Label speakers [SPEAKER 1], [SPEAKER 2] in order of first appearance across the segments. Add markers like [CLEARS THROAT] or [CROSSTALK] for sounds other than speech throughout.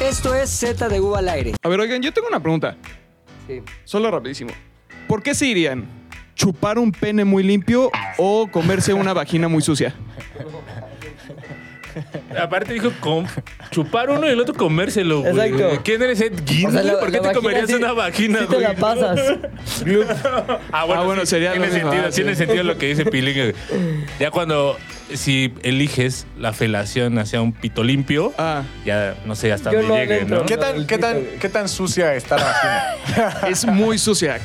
[SPEAKER 1] Esto es Z de U al aire.
[SPEAKER 2] A ver, oigan, yo tengo una pregunta.
[SPEAKER 1] Sí.
[SPEAKER 2] Solo rapidísimo. ¿Por qué se irían? ¿Chupar un pene muy limpio o comerse una vagina muy sucia?
[SPEAKER 3] Aparte dijo com- chupar uno y el otro comérselo, güey.
[SPEAKER 4] Exacto.
[SPEAKER 3] ¿Quién eres Ed Gein?
[SPEAKER 4] O sea, la-
[SPEAKER 3] ¿Por qué
[SPEAKER 4] la
[SPEAKER 3] te
[SPEAKER 4] vagina
[SPEAKER 3] comerías
[SPEAKER 4] sí-
[SPEAKER 3] una vagina,
[SPEAKER 4] sí te
[SPEAKER 3] güey?
[SPEAKER 4] la pasas.
[SPEAKER 2] [LAUGHS]
[SPEAKER 3] Ah, bueno,
[SPEAKER 2] Ah, bueno,
[SPEAKER 3] sí,
[SPEAKER 2] sería
[SPEAKER 3] tiene
[SPEAKER 2] lo mismo,
[SPEAKER 3] sentido,
[SPEAKER 2] ah,
[SPEAKER 3] tiene
[SPEAKER 2] sí.
[SPEAKER 3] sentido lo que
[SPEAKER 2] [LAUGHS]
[SPEAKER 3] dice Pilinga. Ya cuando si eliges la felación hacia un pito limpio,
[SPEAKER 2] Ah,
[SPEAKER 3] ya no sé hasta
[SPEAKER 4] Yo
[SPEAKER 3] dónde
[SPEAKER 4] no
[SPEAKER 3] llegue,
[SPEAKER 4] adentro.
[SPEAKER 3] ¿no?
[SPEAKER 5] ¿Qué tan, qué, tan, ¿Qué tan sucia está la
[SPEAKER 2] [LAUGHS]
[SPEAKER 5] vagina?
[SPEAKER 2] es muy sucia.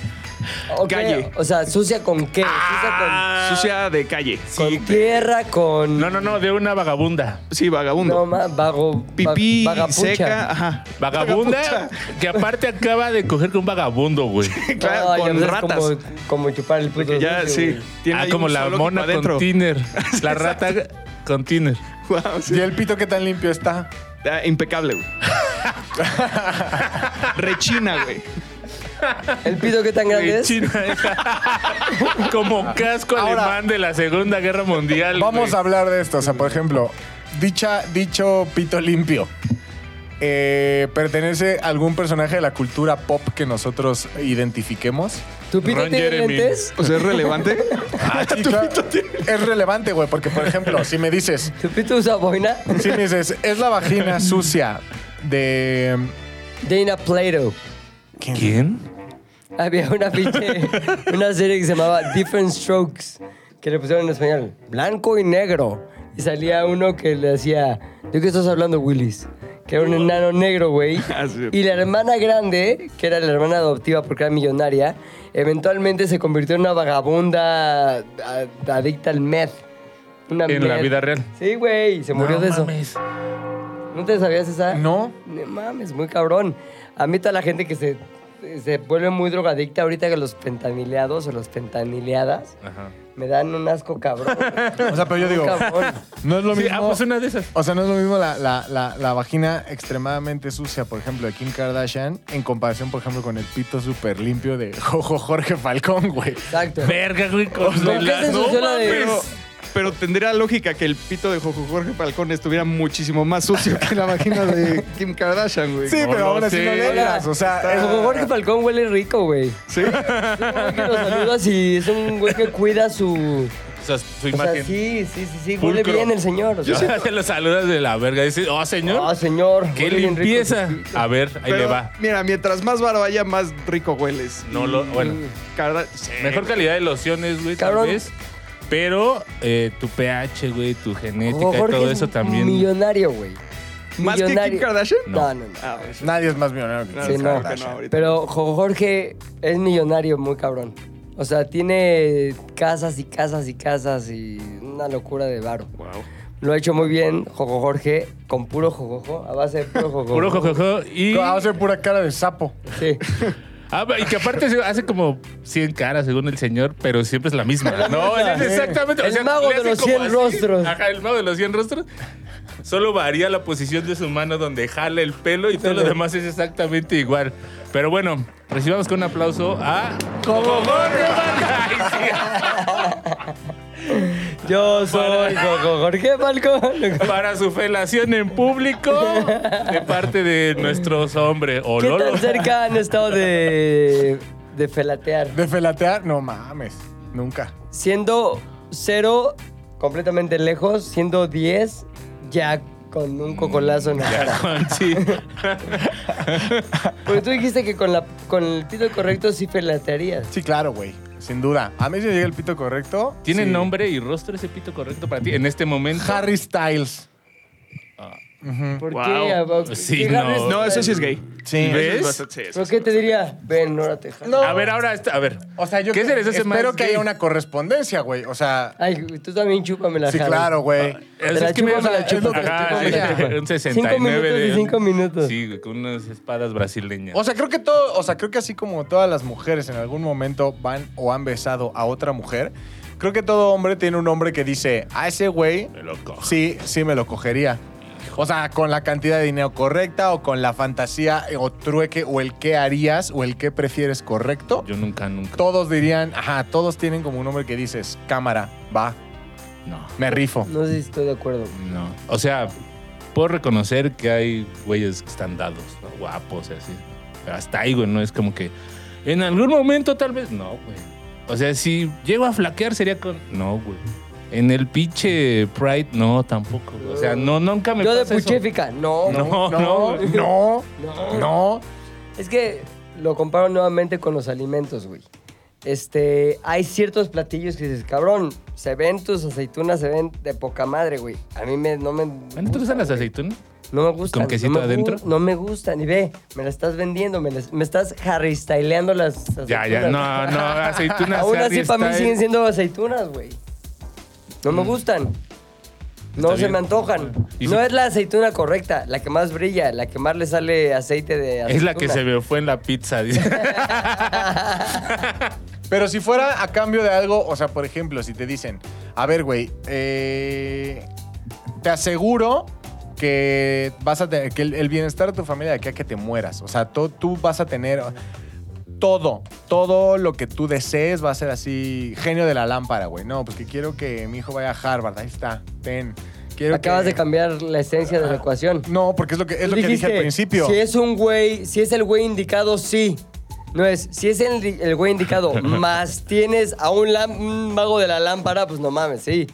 [SPEAKER 4] Ok,
[SPEAKER 2] Calle.
[SPEAKER 4] O sea, sucia con qué? Sucia
[SPEAKER 3] Ah,
[SPEAKER 2] Sucia de calle.
[SPEAKER 4] con, con tierra, con.
[SPEAKER 3] No, no, no, de una vagabunda.
[SPEAKER 2] Sí, vagabundo.
[SPEAKER 4] No, ma- vago. va-
[SPEAKER 2] Pipí
[SPEAKER 4] vagapucha.
[SPEAKER 2] seca. Ah, Ajá.
[SPEAKER 3] Vagabunda que aparte acaba de coger con un vagabundo, güey.
[SPEAKER 2] Claro,
[SPEAKER 4] Ay,
[SPEAKER 2] con
[SPEAKER 4] pues es
[SPEAKER 2] ratas.
[SPEAKER 4] Como, como chupar el puto.
[SPEAKER 2] Que ya,
[SPEAKER 4] dulce,
[SPEAKER 2] sí.
[SPEAKER 4] güey.
[SPEAKER 2] Tiene
[SPEAKER 3] Ah,
[SPEAKER 2] ahí
[SPEAKER 3] como
[SPEAKER 2] un
[SPEAKER 3] la
[SPEAKER 2] solo que
[SPEAKER 3] mona
[SPEAKER 2] va
[SPEAKER 3] con
[SPEAKER 2] adentro. [LAUGHS]
[SPEAKER 3] tiner. La rata con tiner.
[SPEAKER 2] Guau, sí.
[SPEAKER 5] ¿Y el pito qué tan limpio está?
[SPEAKER 2] Ah, impecable,
[SPEAKER 5] [LAUGHS]
[SPEAKER 2] güey. Rechina, güey.
[SPEAKER 4] ¿El pito qué tan grande es?
[SPEAKER 3] China. como casco
[SPEAKER 5] Ahora-
[SPEAKER 3] alemán de la Segunda Guerra Mundial.
[SPEAKER 5] Vamos
[SPEAKER 3] güey.
[SPEAKER 5] a hablar de esto. O sea, por ejemplo, dicha, dicho pito limpio. eh, ¿Pertenece a algún personaje de la cultura pop que nosotros identifiquemos?
[SPEAKER 4] ¿Tu pito
[SPEAKER 3] Ron
[SPEAKER 4] tiene
[SPEAKER 3] Jeremy.
[SPEAKER 4] lentes?
[SPEAKER 2] O sea, es relevante.
[SPEAKER 5] Sí, claro. Ah, es relevante, güey, porque, por ejemplo, si me dices,
[SPEAKER 4] ¿Tu pito usa boina?
[SPEAKER 5] si me dices, es la vagina sucia de...
[SPEAKER 4] Dana Plato.
[SPEAKER 3] ¿Quién?
[SPEAKER 4] Había una pinche. una serie que se llamaba Different Strokes. Que le pusieron en español. Blanco y negro. Y salía uno que le hacía. ¿De qué estás hablando, Willis? Que era un enano negro,
[SPEAKER 3] [LAUGHS]
[SPEAKER 4] güey.
[SPEAKER 2] Ah, sí.
[SPEAKER 4] Y la hermana grande, que era la hermana adoptiva porque era millonaria, eventualmente se convirtió en una vagabunda a- adicta al meth. Una
[SPEAKER 3] En la
[SPEAKER 4] meth.
[SPEAKER 3] vida real.
[SPEAKER 4] Sí, güey, se murió
[SPEAKER 3] No
[SPEAKER 4] de eso.
[SPEAKER 3] mames.
[SPEAKER 4] ¿No te sabías esa?
[SPEAKER 5] No.
[SPEAKER 4] No mames, muy cabrón. A mí toda la gente que se, se vuelve muy drogadicta ahorita que los pentanileados o los pentanileadas
[SPEAKER 3] Ajá.
[SPEAKER 4] me dan un asco cabrón.
[SPEAKER 5] O sea, pero yo digo,
[SPEAKER 4] Cabrón.
[SPEAKER 5] no es lo
[SPEAKER 3] Sí,
[SPEAKER 5] mismo...
[SPEAKER 3] ah, pues una de esas.
[SPEAKER 5] O sea, no es lo mismo la, la- la- la vagina extremadamente sucia, por ejemplo, de Kim Kardashian, en comparación, por ejemplo, con el pito súper limpio de [LAUGHS] Jojo Jorge Falcón, güey.
[SPEAKER 4] Exacto.
[SPEAKER 3] [LAUGHS] Verga, güey. con
[SPEAKER 4] ¿Por qué
[SPEAKER 3] la-
[SPEAKER 4] se
[SPEAKER 3] no
[SPEAKER 4] ensució la de-
[SPEAKER 3] mames.
[SPEAKER 2] Pero,
[SPEAKER 5] Pues,
[SPEAKER 2] pero tendría lógica que el pito de Jojo Jorge Falcón estuviera muchísimo más sucio que la vagina de Kim Kardashian, güey.
[SPEAKER 5] Sí,
[SPEAKER 3] No
[SPEAKER 5] pero
[SPEAKER 3] lo
[SPEAKER 5] ahora sí
[SPEAKER 3] sé.
[SPEAKER 5] no le entras, O sea, es-
[SPEAKER 4] Como Jorge Falcón huele rico, güey.
[SPEAKER 2] Sí.
[SPEAKER 4] Es un güey que lo saludas y es un güey que cuida su...
[SPEAKER 3] O sea, su
[SPEAKER 4] O sea,
[SPEAKER 3] imagen. [LAUGHS]
[SPEAKER 4] sí, sí, sí, sí. Huele
[SPEAKER 3] Pulcro.
[SPEAKER 4] bien el señor. O sea,
[SPEAKER 3] Se lo saludas de la verga. Dices, oh, señor.
[SPEAKER 4] Ah, señor.
[SPEAKER 3] ¡Qué
[SPEAKER 4] huele bien rico
[SPEAKER 3] limpieza!
[SPEAKER 4] su pito.
[SPEAKER 3] A ver, ahí
[SPEAKER 2] Pero,
[SPEAKER 3] le va.
[SPEAKER 2] Mira, mientras más varo haya, más rico hueles.
[SPEAKER 3] No lo- bueno.
[SPEAKER 2] Cara- sí.
[SPEAKER 3] Mejor calidad de lociones, güey, tal
[SPEAKER 4] Cabrón.
[SPEAKER 3] vez. Pero eh, tu pH, güey, tu genética
[SPEAKER 4] Jorge
[SPEAKER 3] y todo
[SPEAKER 4] es
[SPEAKER 3] eso también.
[SPEAKER 4] Millonario, güey.
[SPEAKER 2] ¿Más que Kim Kardashian?
[SPEAKER 4] No, no, no.
[SPEAKER 2] Ah, es-
[SPEAKER 5] nadie es más millonario que
[SPEAKER 2] Claro,
[SPEAKER 4] Sí,
[SPEAKER 5] Kim
[SPEAKER 4] no.
[SPEAKER 2] claro
[SPEAKER 5] Kardashian.
[SPEAKER 2] que no, ahorita.
[SPEAKER 4] Pero Jo- Jorge es millonario, muy cabrón. O sea, tiene casas y casas y casas y una locura de varo.
[SPEAKER 2] Wow.
[SPEAKER 4] Lo ha hecho muy bien Jojo Jorge con puro jojojo, a base de puro jojojo.
[SPEAKER 3] Puro jojojo. Y,
[SPEAKER 4] Ah,
[SPEAKER 5] Va a ser pura cara de sapo.
[SPEAKER 4] Sí.
[SPEAKER 3] Ah, y que aparte se hace como 100 caras, según el señor, pero siempre es la misma. No, es exactamente.
[SPEAKER 4] El mago de
[SPEAKER 3] le hace
[SPEAKER 4] los
[SPEAKER 3] como
[SPEAKER 4] 100 rostros.
[SPEAKER 3] Ajá, el mago de los 100 rostros. Solo varía la posición de su mano donde jala el pelo y todo lo demás es exactamente igual. Pero bueno, recibamos con un aplauso a. ¡Como Jorge
[SPEAKER 4] Yo soy Jojo Jorge Falcón.
[SPEAKER 3] para su felación en público de parte de nuestros hombres. O
[SPEAKER 4] ¿Qué
[SPEAKER 3] Lolo.
[SPEAKER 4] tan cerca han estado de, de felatear?
[SPEAKER 5] De felatear, no mames. Nunca.
[SPEAKER 4] Siendo cero, completamente lejos, siendo 10, ya con un cocolazo en la cara.
[SPEAKER 3] [LAUGHS] Sí.
[SPEAKER 4] Pero tú dijiste que con, la, con el título correcto sí felatearías.
[SPEAKER 5] Sí, claro, güey. Sin duda. A mí si me llega el pito correcto.
[SPEAKER 3] ¿Tiene
[SPEAKER 5] sí.
[SPEAKER 3] nombre y rostro ese pito correcto para ti en este momento?
[SPEAKER 5] Harry Styles.
[SPEAKER 4] ¿Por
[SPEAKER 2] Wow.
[SPEAKER 4] qué? Abau-
[SPEAKER 3] Sí,
[SPEAKER 4] ¿Qué
[SPEAKER 3] no.
[SPEAKER 4] Harry Styles?
[SPEAKER 2] No, eso sí es gay.
[SPEAKER 5] Sí.
[SPEAKER 2] Eso es
[SPEAKER 3] ¿Ves?
[SPEAKER 2] bastante- sí, eso
[SPEAKER 4] ¿Pero
[SPEAKER 2] es
[SPEAKER 4] qué te diría? Ven, órate. Harry.
[SPEAKER 3] A ver, ahora, está- a ver.
[SPEAKER 5] O sea, yo
[SPEAKER 3] ¿Qué
[SPEAKER 5] que-
[SPEAKER 3] se les hace más
[SPEAKER 5] espero que
[SPEAKER 3] gay?
[SPEAKER 5] haya una correspondencia, güey. O sea,
[SPEAKER 4] Ay, tú también chúpame la
[SPEAKER 5] sí, claro, güey.
[SPEAKER 3] Es,
[SPEAKER 4] Te la
[SPEAKER 3] es que me
[SPEAKER 4] chupo, me la
[SPEAKER 3] es
[SPEAKER 4] chupo,
[SPEAKER 3] lo que-
[SPEAKER 4] te la
[SPEAKER 3] Ajá,
[SPEAKER 4] chupo, me la
[SPEAKER 3] sí,
[SPEAKER 4] chupo.
[SPEAKER 3] un 69
[SPEAKER 4] Cinco minutos
[SPEAKER 3] de-
[SPEAKER 4] y cinco minutos.
[SPEAKER 3] Sí, güey, con unas espadas brasileñas.
[SPEAKER 5] O sea, creo que todo, o sea, creo que así como todas las mujeres en algún momento van o han besado a otra mujer, creo que todo hombre tiene un hombre que dice, a ese güey,
[SPEAKER 3] Me lo cojo.
[SPEAKER 5] sí, sí me lo cogería. O sea, con la cantidad de dinero correcta o con la fantasía eh, o trueque o el qué harías o el qué prefieres correcto,
[SPEAKER 3] Yo nunca, nunca.
[SPEAKER 5] todos dirían, ajá, todos tienen como un hombre que dices, cámara, va,
[SPEAKER 3] No,
[SPEAKER 5] me rifo.
[SPEAKER 4] No sé si estoy de acuerdo. güey.
[SPEAKER 3] no. O sea, puedo reconocer que hay güeyes que están dados, ¿no? guapos y así. Pero hasta ahí, güey, no es como que en algún momento tal vez. No, güey. O sea, si llego a flaquear sería con. No, güey. En el pinche Pride, no, tampoco. güey. O sea, no, nunca me
[SPEAKER 4] Yo de
[SPEAKER 3] pasa eso.
[SPEAKER 4] puchefica, no.
[SPEAKER 3] No, no,
[SPEAKER 5] No, no, no.
[SPEAKER 4] Es que lo comparo nuevamente con los alimentos, güey. Este, hay ciertos platillos que dices, cabrón, se ven tus aceitunas, se ven de poca madre, güey. A mí me, no me.
[SPEAKER 3] ¿A ti te gustan las aceitunas?
[SPEAKER 4] No me gustan.
[SPEAKER 3] ¿Con quesito
[SPEAKER 4] no me gu-
[SPEAKER 3] adentro?
[SPEAKER 4] No me gustan. Y ve, me las estás vendiendo, me, las- me estás Harry Styleando las aceitunas.
[SPEAKER 3] Ya, ya, no, no,
[SPEAKER 4] [LAUGHS]
[SPEAKER 3] aceitunas.
[SPEAKER 4] Aún así,
[SPEAKER 3] Harry
[SPEAKER 4] para mí
[SPEAKER 3] Styles.
[SPEAKER 4] siguen siendo aceitunas, güey. No me gustan. No
[SPEAKER 3] Mm. Está
[SPEAKER 4] se
[SPEAKER 3] bien.
[SPEAKER 4] me antojan.
[SPEAKER 3] Y
[SPEAKER 4] No
[SPEAKER 3] si-
[SPEAKER 4] es la aceituna correcta, la que más brilla, la que más le sale aceite de aceituna.
[SPEAKER 3] Es la que se me fue en la pizza. [LAUGHS] dice.
[SPEAKER 5] Pero si fuera a cambio de algo, o sea, por ejemplo, si te dicen, a ver, güey, eh, te aseguro que vas a tener, que el, el bienestar de tu familia de aquí a que te mueras, o sea, to- tú vas a tener todo, todo lo que tú desees va a ser así, genio de la lámpara, güey. No, pues que quiero que mi hijo vaya a Harvard, ahí está, ten. Quiero
[SPEAKER 4] Acabas
[SPEAKER 5] que-
[SPEAKER 4] de cambiar la esencia de la ecuación.
[SPEAKER 5] No, porque es lo que, es
[SPEAKER 4] Tú
[SPEAKER 5] lo que dije al
[SPEAKER 4] dijiste,
[SPEAKER 5] principio.
[SPEAKER 4] Si es un güey, si es el güey indicado, sí. No es, si es el, el güey
[SPEAKER 5] [LAUGHS]
[SPEAKER 4] indicado, más tienes a un, lam- un mago de la lámpara, pues no mames, sí.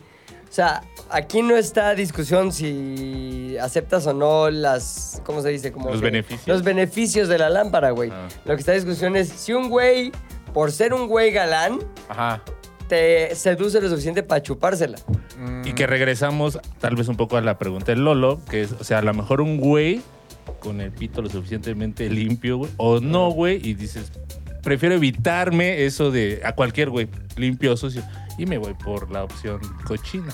[SPEAKER 4] O sea, aquí no está discusión si aceptas o no las, ¿cómo se dice? Como
[SPEAKER 3] Los
[SPEAKER 4] que-
[SPEAKER 3] beneficios.
[SPEAKER 4] Los beneficios de la lámpara, güey.
[SPEAKER 3] Ah.
[SPEAKER 4] Lo que está en discusión es si un güey, por ser un güey galán,
[SPEAKER 5] Ajá.
[SPEAKER 4] te seduce lo suficiente para chupársela.
[SPEAKER 3] y que regresamos tal vez un poco a la pregunta del Lolo, que es, o sea, a lo mejor un güey con el pito lo suficientemente limpio, güey, o no, güey, y dices, prefiero evitarme eso de a cualquier güey, limpio o sucio, y me voy por la opción cochina,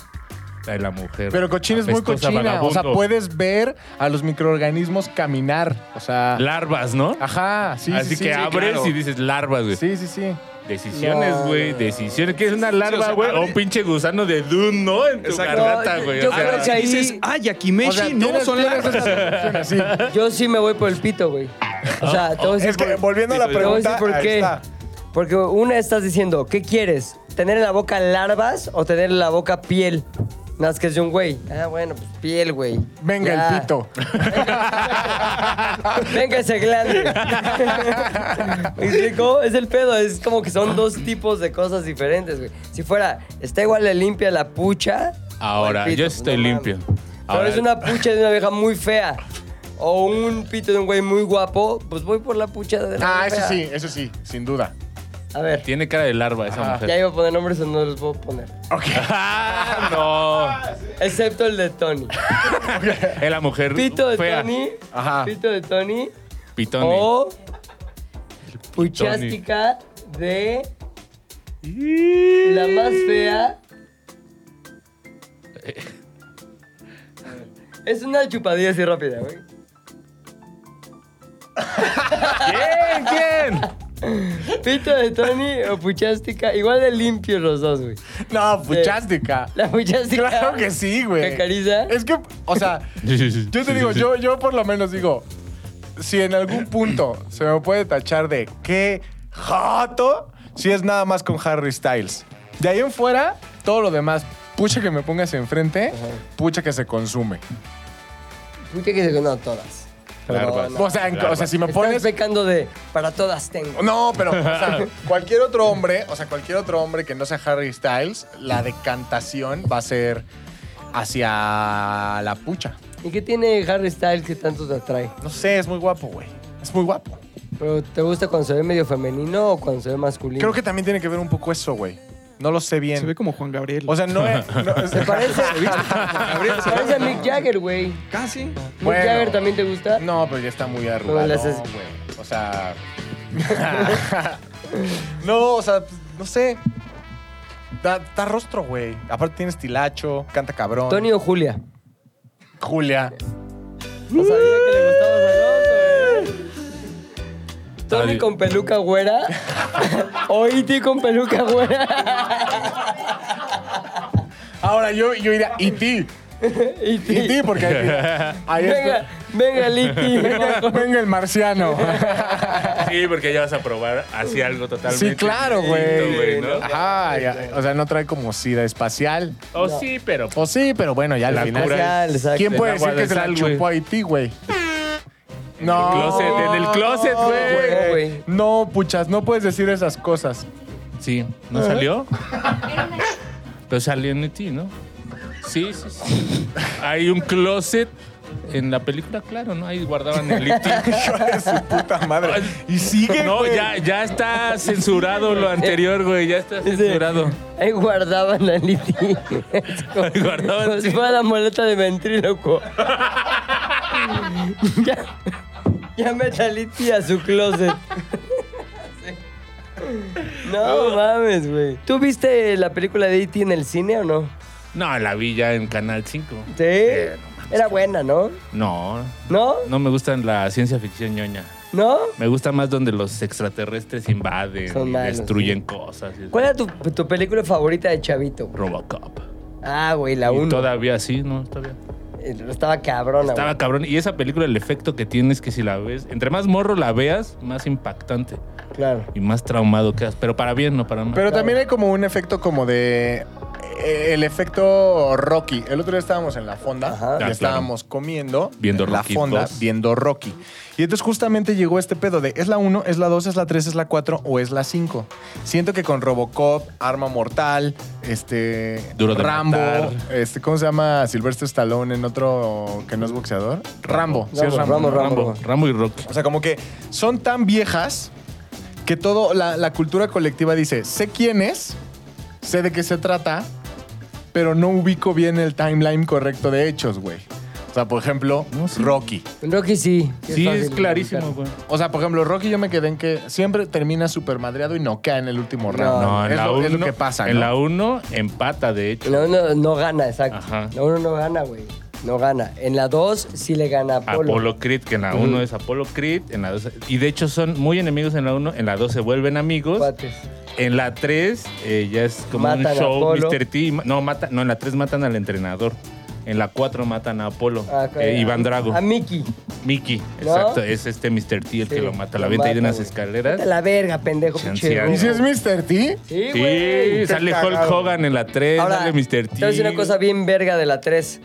[SPEAKER 3] la de la mujer.
[SPEAKER 5] Pero cochina es muy
[SPEAKER 3] apestosa,
[SPEAKER 5] cochina. O sea,
[SPEAKER 3] vagabundo.
[SPEAKER 5] puedes ver a los microorganismos caminar. O sea.
[SPEAKER 3] Larvas, ¿no?
[SPEAKER 5] Ajá, Ah, sí.
[SPEAKER 3] Así
[SPEAKER 5] sí, sí,
[SPEAKER 3] que
[SPEAKER 5] sí,
[SPEAKER 3] abres
[SPEAKER 5] claro.
[SPEAKER 3] y dices larvas, güey.
[SPEAKER 5] Sí, sí, sí.
[SPEAKER 3] Decisiones,
[SPEAKER 4] No,
[SPEAKER 3] güey.
[SPEAKER 4] no.
[SPEAKER 3] Decisiones. ¿Qué es una
[SPEAKER 2] Sí, o
[SPEAKER 3] larva,
[SPEAKER 2] sea,
[SPEAKER 3] güey? o
[SPEAKER 2] abre-
[SPEAKER 3] un pinche gusano de Dune, ¿no? En tu
[SPEAKER 2] Exacto.
[SPEAKER 3] garganta,
[SPEAKER 4] No,
[SPEAKER 3] güey.
[SPEAKER 4] yo
[SPEAKER 3] o sea,
[SPEAKER 4] creo que ahí-
[SPEAKER 2] Dices, ah, Yakimeshi,
[SPEAKER 5] O sea,
[SPEAKER 2] no,
[SPEAKER 5] tienes-
[SPEAKER 2] son
[SPEAKER 5] tienes
[SPEAKER 2] larvas.
[SPEAKER 5] esas opciones, sí.
[SPEAKER 4] Yo sí me voy por el pito, güey. O sea, te voy a decir
[SPEAKER 5] Es que
[SPEAKER 4] por-
[SPEAKER 5] volviendo a la
[SPEAKER 2] Te voy
[SPEAKER 4] Te voy a
[SPEAKER 5] pregunta.
[SPEAKER 4] decir por
[SPEAKER 5] ahí
[SPEAKER 4] qué.
[SPEAKER 5] está.
[SPEAKER 4] Porque una estás diciendo, ¿qué quieres? ¿Tener en la boca larvas o tener en la boca piel? Nada, es que es de un güey. Ah, bueno, pues piel, güey.
[SPEAKER 5] Venga,
[SPEAKER 4] Ya.
[SPEAKER 5] el pito.
[SPEAKER 4] Venga ese glande.
[SPEAKER 5] [LAUGHS]
[SPEAKER 4] ¿Me explico? Es el pedo. Es como que son dos tipos de cosas diferentes, güey. Si fuera, está igual de limpia la pucha. o
[SPEAKER 3] Ahora,
[SPEAKER 4] el pito,
[SPEAKER 3] yo
[SPEAKER 4] pues,
[SPEAKER 3] estoy
[SPEAKER 4] no mames.
[SPEAKER 3] limpio.
[SPEAKER 4] Pero
[SPEAKER 3] Ahora-
[SPEAKER 4] es una pucha de una vieja muy fea. O un pito de un güey muy guapo, pues voy por la pucha de la
[SPEAKER 5] Ah, eso
[SPEAKER 4] fea.
[SPEAKER 5] sí, eso sí, sin duda.
[SPEAKER 4] A ver,
[SPEAKER 3] Tiene cara de larva esa mujer.
[SPEAKER 4] ya iba a poner nombres o no los puedo poner.
[SPEAKER 3] [LAUGHS] Ah,
[SPEAKER 4] Excepto el de Tony.
[SPEAKER 3] no. Es la mujer
[SPEAKER 4] Pito de
[SPEAKER 3] fea.
[SPEAKER 4] Tony. Oh.
[SPEAKER 5] Ajá.
[SPEAKER 4] Pito de Tony.
[SPEAKER 3] Pitoni. [LAUGHS]
[SPEAKER 4] O. Puchástica de. La más fea. Es una chupadilla así rápida, güey.
[SPEAKER 3] ¿Quién? ¿Quién?
[SPEAKER 4] Pito de Tony o puchástica. Igual de limpios los dos, güey.
[SPEAKER 5] [LAUGHS] No, puchástica.
[SPEAKER 4] La puchástica.
[SPEAKER 5] Claro que sí, güey.
[SPEAKER 4] Cacariza.
[SPEAKER 5] Es que, o sea, yo te digo, yo, yo por lo menos digo, si en algún punto se me puede tachar de qué jato, si es nada más con Harry Styles. De ahí en fuera, todo lo demás, pucha que me pongas enfrente, pucha que se consume.
[SPEAKER 4] Pucha que se no todas.
[SPEAKER 3] Larvas.
[SPEAKER 5] pues. O sea, en- o sea, si me
[SPEAKER 4] Estás
[SPEAKER 5] pones.
[SPEAKER 4] pecando de para todas tengo.
[SPEAKER 5] No, pero o
[SPEAKER 4] [LAUGHS]
[SPEAKER 5] sea, cualquier otro hombre, o sea, cualquier otro hombre que no sea Harry Styles, la decantación va a ser hacia la pucha.
[SPEAKER 4] ¿Y qué tiene Harry Styles que tanto te atrae?
[SPEAKER 5] No sé, es muy guapo, güey. Es muy guapo.
[SPEAKER 4] ¿Pero te gusta cuando se ve medio femenino o cuando se ve masculino?
[SPEAKER 5] Creo que también tiene que ver un poco eso, güey. No lo sé bien.
[SPEAKER 2] Se ve como Juan Gabriel.
[SPEAKER 5] O sea, no es. no
[SPEAKER 4] [LAUGHS]
[SPEAKER 5] es-
[SPEAKER 4] ¿Te parece? Se parece a Mick Jagger, güey.
[SPEAKER 2] [LAUGHS] casi.
[SPEAKER 5] Bueno.
[SPEAKER 4] ¿Mick Jagger también te gusta?
[SPEAKER 5] [LAUGHS] No, pero ya está muy arrugado,
[SPEAKER 4] las es-
[SPEAKER 5] güey. O sea. [LAUGHS] no, o sea, no sé. Da, da rostro, güey. Aparte tiene estilacho, canta cabrón.
[SPEAKER 4] ¿Tony o Julia?
[SPEAKER 5] Julia.
[SPEAKER 4] No sabía que le gustabas a los, güey.
[SPEAKER 3] Nadie.
[SPEAKER 4] ¿Tony con peluca güera? [LAUGHS] ¿O E.T. con peluca güera?
[SPEAKER 5] [LAUGHS] Ahora yo, yo iría. Y ti.
[SPEAKER 4] E.T.
[SPEAKER 3] [LAUGHS]
[SPEAKER 5] Y ti, porque E ahí, ahí es-
[SPEAKER 4] Venga, Venga,
[SPEAKER 5] [LAUGHS]
[SPEAKER 4] Licky.
[SPEAKER 5] Venga, venga el marciano.
[SPEAKER 3] Sí, porque ya vas a probar así algo totalmente.
[SPEAKER 5] sí, claro,
[SPEAKER 3] distinto,
[SPEAKER 5] güey.
[SPEAKER 3] ¿no?
[SPEAKER 5] Ajá, ya, o sea, no trae como sida espacial.
[SPEAKER 3] O Oh, sí, pero.
[SPEAKER 5] O sí, pero bueno, ya al
[SPEAKER 3] La
[SPEAKER 5] final.
[SPEAKER 3] cura
[SPEAKER 4] Ya, exacto.
[SPEAKER 5] ¿Quién
[SPEAKER 3] del
[SPEAKER 5] puede
[SPEAKER 3] agua
[SPEAKER 5] decir que
[SPEAKER 3] de
[SPEAKER 5] se la
[SPEAKER 3] sal,
[SPEAKER 5] chupó a
[SPEAKER 3] güey.
[SPEAKER 5] Haití, güey?
[SPEAKER 3] el closet, en el closet,
[SPEAKER 4] güey. güey.
[SPEAKER 5] No, puchas, no puedes decir esas cosas.
[SPEAKER 3] Sí, ¿no salió? Pero salió en ti, ¿no? Sí, sí, sí. Hay un closet en la película, claro, ¿no? Ahí guardaban el
[SPEAKER 4] [LAUGHS]
[SPEAKER 3] IT.
[SPEAKER 5] Hijo de su puta madre. Y sigue,
[SPEAKER 3] No,
[SPEAKER 5] güey.
[SPEAKER 3] ya, ya está censurado lo anterior, güey. Ya está
[SPEAKER 4] Dice,
[SPEAKER 3] censurado.
[SPEAKER 4] Ahí guardaban la Liti.
[SPEAKER 3] Ahí guardaban,
[SPEAKER 4] Como si
[SPEAKER 3] sí.
[SPEAKER 4] fuera la maleta de ventríloco. ya, ya mete a Liti a su closet. no mames, güey. ¿Tú viste la película de E.T. en el cine o no?
[SPEAKER 3] No, la vi ya en Canal 5.
[SPEAKER 4] Sí.
[SPEAKER 3] Eh,
[SPEAKER 4] Era buena, ¿no?
[SPEAKER 3] No,
[SPEAKER 4] ¿No?
[SPEAKER 3] no me gustan la ciencia ficción ñoña.
[SPEAKER 4] ¿No?
[SPEAKER 3] Me gusta más donde los extraterrestres invaden
[SPEAKER 4] Son
[SPEAKER 3] y
[SPEAKER 4] malos,
[SPEAKER 3] destruyen cosas. y-
[SPEAKER 4] ¿Cuál era tu, tu película favorita de Chavito? güey?
[SPEAKER 3] Robocop.
[SPEAKER 4] Ah, güey, la
[SPEAKER 3] Y
[SPEAKER 4] 1.
[SPEAKER 3] todavía sí, ¿no? Todavía.
[SPEAKER 4] Estaba cabrona,
[SPEAKER 3] Estaba
[SPEAKER 4] güey.
[SPEAKER 3] cabrón. Y esa película, el efecto que tiene es que si la ves, entre más morro la veas, más impactante
[SPEAKER 4] Claro.
[SPEAKER 3] y más traumado quedas. Pero para bien, no para mal.
[SPEAKER 5] Pero también hay como un efecto como de. eh, El efecto Rocky. El otro día estábamos en la fonda
[SPEAKER 4] Ajá.
[SPEAKER 5] y
[SPEAKER 3] Ah, claro.
[SPEAKER 5] estábamos comiendo
[SPEAKER 3] Viendo
[SPEAKER 5] en la
[SPEAKER 3] Rocky
[SPEAKER 5] fonda,
[SPEAKER 3] 2.
[SPEAKER 5] viendo Rocky. Y entonces justamente llegó este pedo de ¿es la 1, es la 2, es la 3, es la 4 o es la 5? Siento que con Robocop, Arma Mortal, este
[SPEAKER 3] Duro de
[SPEAKER 5] Rambo,
[SPEAKER 3] matar.
[SPEAKER 5] este ¿cómo se llama? Silvestre Stallone en otro que no es boxeador. Rambo, sí es
[SPEAKER 4] Rambo, Rambo,
[SPEAKER 5] Rambo. ¿no?
[SPEAKER 3] Rambo, Rambo y Rocky.
[SPEAKER 5] O sea, como que son tan viejas que todo la, la cultura colectiva dice, sé quién es, sé de qué se trata, pero no ubico bien el timeline correcto de hechos, güey. O sea, por ejemplo,
[SPEAKER 3] No, sí.
[SPEAKER 5] Rocky.
[SPEAKER 4] Rocky sí.
[SPEAKER 3] Sí,
[SPEAKER 4] fácil
[SPEAKER 3] es
[SPEAKER 4] de
[SPEAKER 3] clarísimo,
[SPEAKER 4] ubicar.
[SPEAKER 3] güey.
[SPEAKER 5] O sea, por ejemplo, Rocky yo me quedé en que siempre termina super madreado y no cae en el último round.
[SPEAKER 3] No, en
[SPEAKER 5] es,
[SPEAKER 3] la
[SPEAKER 5] lo, es lo
[SPEAKER 3] uno-
[SPEAKER 5] que pasa,
[SPEAKER 3] En
[SPEAKER 5] ¿no?
[SPEAKER 3] la 1 empata, de hecho.
[SPEAKER 4] La uno no gana, exacto.
[SPEAKER 3] Ajá.
[SPEAKER 4] La uno no gana, güey. No gana. En la 2 sí le gana a Apolo.
[SPEAKER 3] Apolo. Creed, que en la 1 es Apolo Creed, en la 2 y de hecho son muy enemigos en la 1, en la 2 se vuelven amigos,
[SPEAKER 4] Cuates.
[SPEAKER 3] en la 3 ya es como
[SPEAKER 4] Matan a
[SPEAKER 3] un show
[SPEAKER 4] Apolo.
[SPEAKER 3] Mr. T, y ma- no, mata, no, en la 3 matan al entrenador, en la 4 matan a Apolo,
[SPEAKER 4] Ah, claro.
[SPEAKER 3] eh, Iván Drago,
[SPEAKER 4] A Mickey.
[SPEAKER 3] Mickey,
[SPEAKER 4] ¿No?
[SPEAKER 3] exacto, es este Mr. T el
[SPEAKER 4] Sí,
[SPEAKER 3] que lo mata,
[SPEAKER 4] lo
[SPEAKER 3] la venta ahí de
[SPEAKER 4] mata,
[SPEAKER 3] unas
[SPEAKER 4] güey.
[SPEAKER 3] escaleras.
[SPEAKER 4] Vete a la verga, pendejo. pinche
[SPEAKER 3] Chanceado.
[SPEAKER 4] güey.
[SPEAKER 5] ¿Y si es Mr. T?
[SPEAKER 4] Sí, güey.
[SPEAKER 3] Sí, sale Hulk
[SPEAKER 5] cagado.
[SPEAKER 3] Hogan en la 3, sale Mr. T.
[SPEAKER 4] te voy a decir una cosa bien verga de la 3.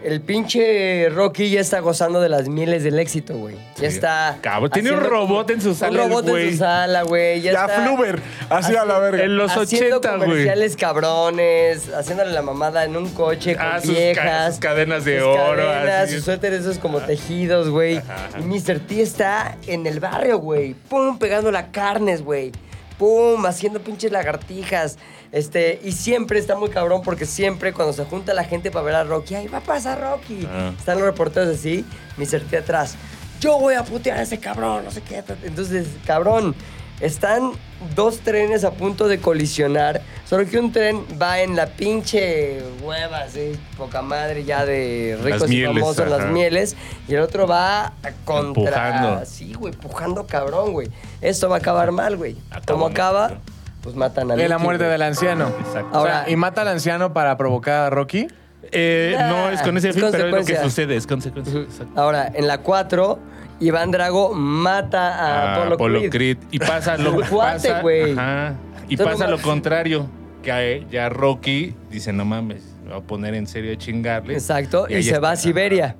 [SPEAKER 4] El pinche Rocky ya está gozando de las miles del éxito, güey. Ya
[SPEAKER 3] Sí.
[SPEAKER 4] está.
[SPEAKER 3] Cabrón, tiene un robot en su sala,
[SPEAKER 4] Un
[SPEAKER 3] el
[SPEAKER 4] robot en
[SPEAKER 3] güey.
[SPEAKER 4] su sala, güey. Ya,
[SPEAKER 5] Ya,
[SPEAKER 4] está
[SPEAKER 5] Fluber, así a la verga.
[SPEAKER 3] En los
[SPEAKER 4] haciendo
[SPEAKER 3] 80, güey.
[SPEAKER 4] comerciales cabrones, haciéndole la mamada en un coche con
[SPEAKER 3] Ah, sus ca-
[SPEAKER 4] viejas.
[SPEAKER 3] sus cadenas de oro,
[SPEAKER 4] cadenas,
[SPEAKER 3] así.
[SPEAKER 4] sus suéteres esos como tejidos, güey. Y Mr. T está en el barrio, güey. Pum, pegando la carnes, güey. Pum, haciendo pinches lagartijas. Este, y siempre está muy cabrón porque siempre cuando se junta la gente para ver a Rocky, ahí va a pasar Rocky.
[SPEAKER 3] Ah.
[SPEAKER 4] Están los reporteros así, Mr. T atrás. Yo voy a putear a ese cabrón, no sé qué. Entonces, cabrón, están dos trenes a punto de colisionar, solo que un tren va en la pinche hueva, así, poca madre ya de ricos
[SPEAKER 3] Las
[SPEAKER 4] y
[SPEAKER 3] mieles,
[SPEAKER 4] famosos, las
[SPEAKER 3] ajá.
[SPEAKER 4] mieles, y el otro va a contra...
[SPEAKER 3] Empujando.
[SPEAKER 4] Sí, güey, empujando cabrón, güey. Esto va a acabar mal, güey.
[SPEAKER 3] Acaba
[SPEAKER 4] Como
[SPEAKER 3] mal,
[SPEAKER 4] acaba,
[SPEAKER 3] ¿no?
[SPEAKER 4] pues matan a
[SPEAKER 5] De la
[SPEAKER 4] Mickey,
[SPEAKER 5] muerte
[SPEAKER 4] güey.
[SPEAKER 5] del anciano.
[SPEAKER 3] Ah, Exacto.
[SPEAKER 5] Ahora,
[SPEAKER 4] Ahora-
[SPEAKER 5] ¿y mata al anciano para provocar a Rocky?
[SPEAKER 3] Eh, no, es con ese
[SPEAKER 4] Es
[SPEAKER 3] fin, pero es lo que
[SPEAKER 4] consecuencia.
[SPEAKER 3] sucede, es consecuencia. exacto.
[SPEAKER 4] Ahora, en la 4, Iván Drago mata a
[SPEAKER 3] a
[SPEAKER 4] Apollo,
[SPEAKER 3] Ah, Apolo
[SPEAKER 4] Ah, Creed.
[SPEAKER 3] Creed. Y pasa lo
[SPEAKER 4] Un [LAUGHS] cuate,
[SPEAKER 3] pasa-
[SPEAKER 4] güey.
[SPEAKER 3] ajá. Y
[SPEAKER 4] Tú no
[SPEAKER 3] pasa lo
[SPEAKER 4] mames.
[SPEAKER 3] contrario. Que a- ya Rocky dice, no mames, me voy a poner en serio a chingarle.
[SPEAKER 4] Exacto, y,
[SPEAKER 3] ahí
[SPEAKER 4] se
[SPEAKER 3] está.
[SPEAKER 4] va a Siberia.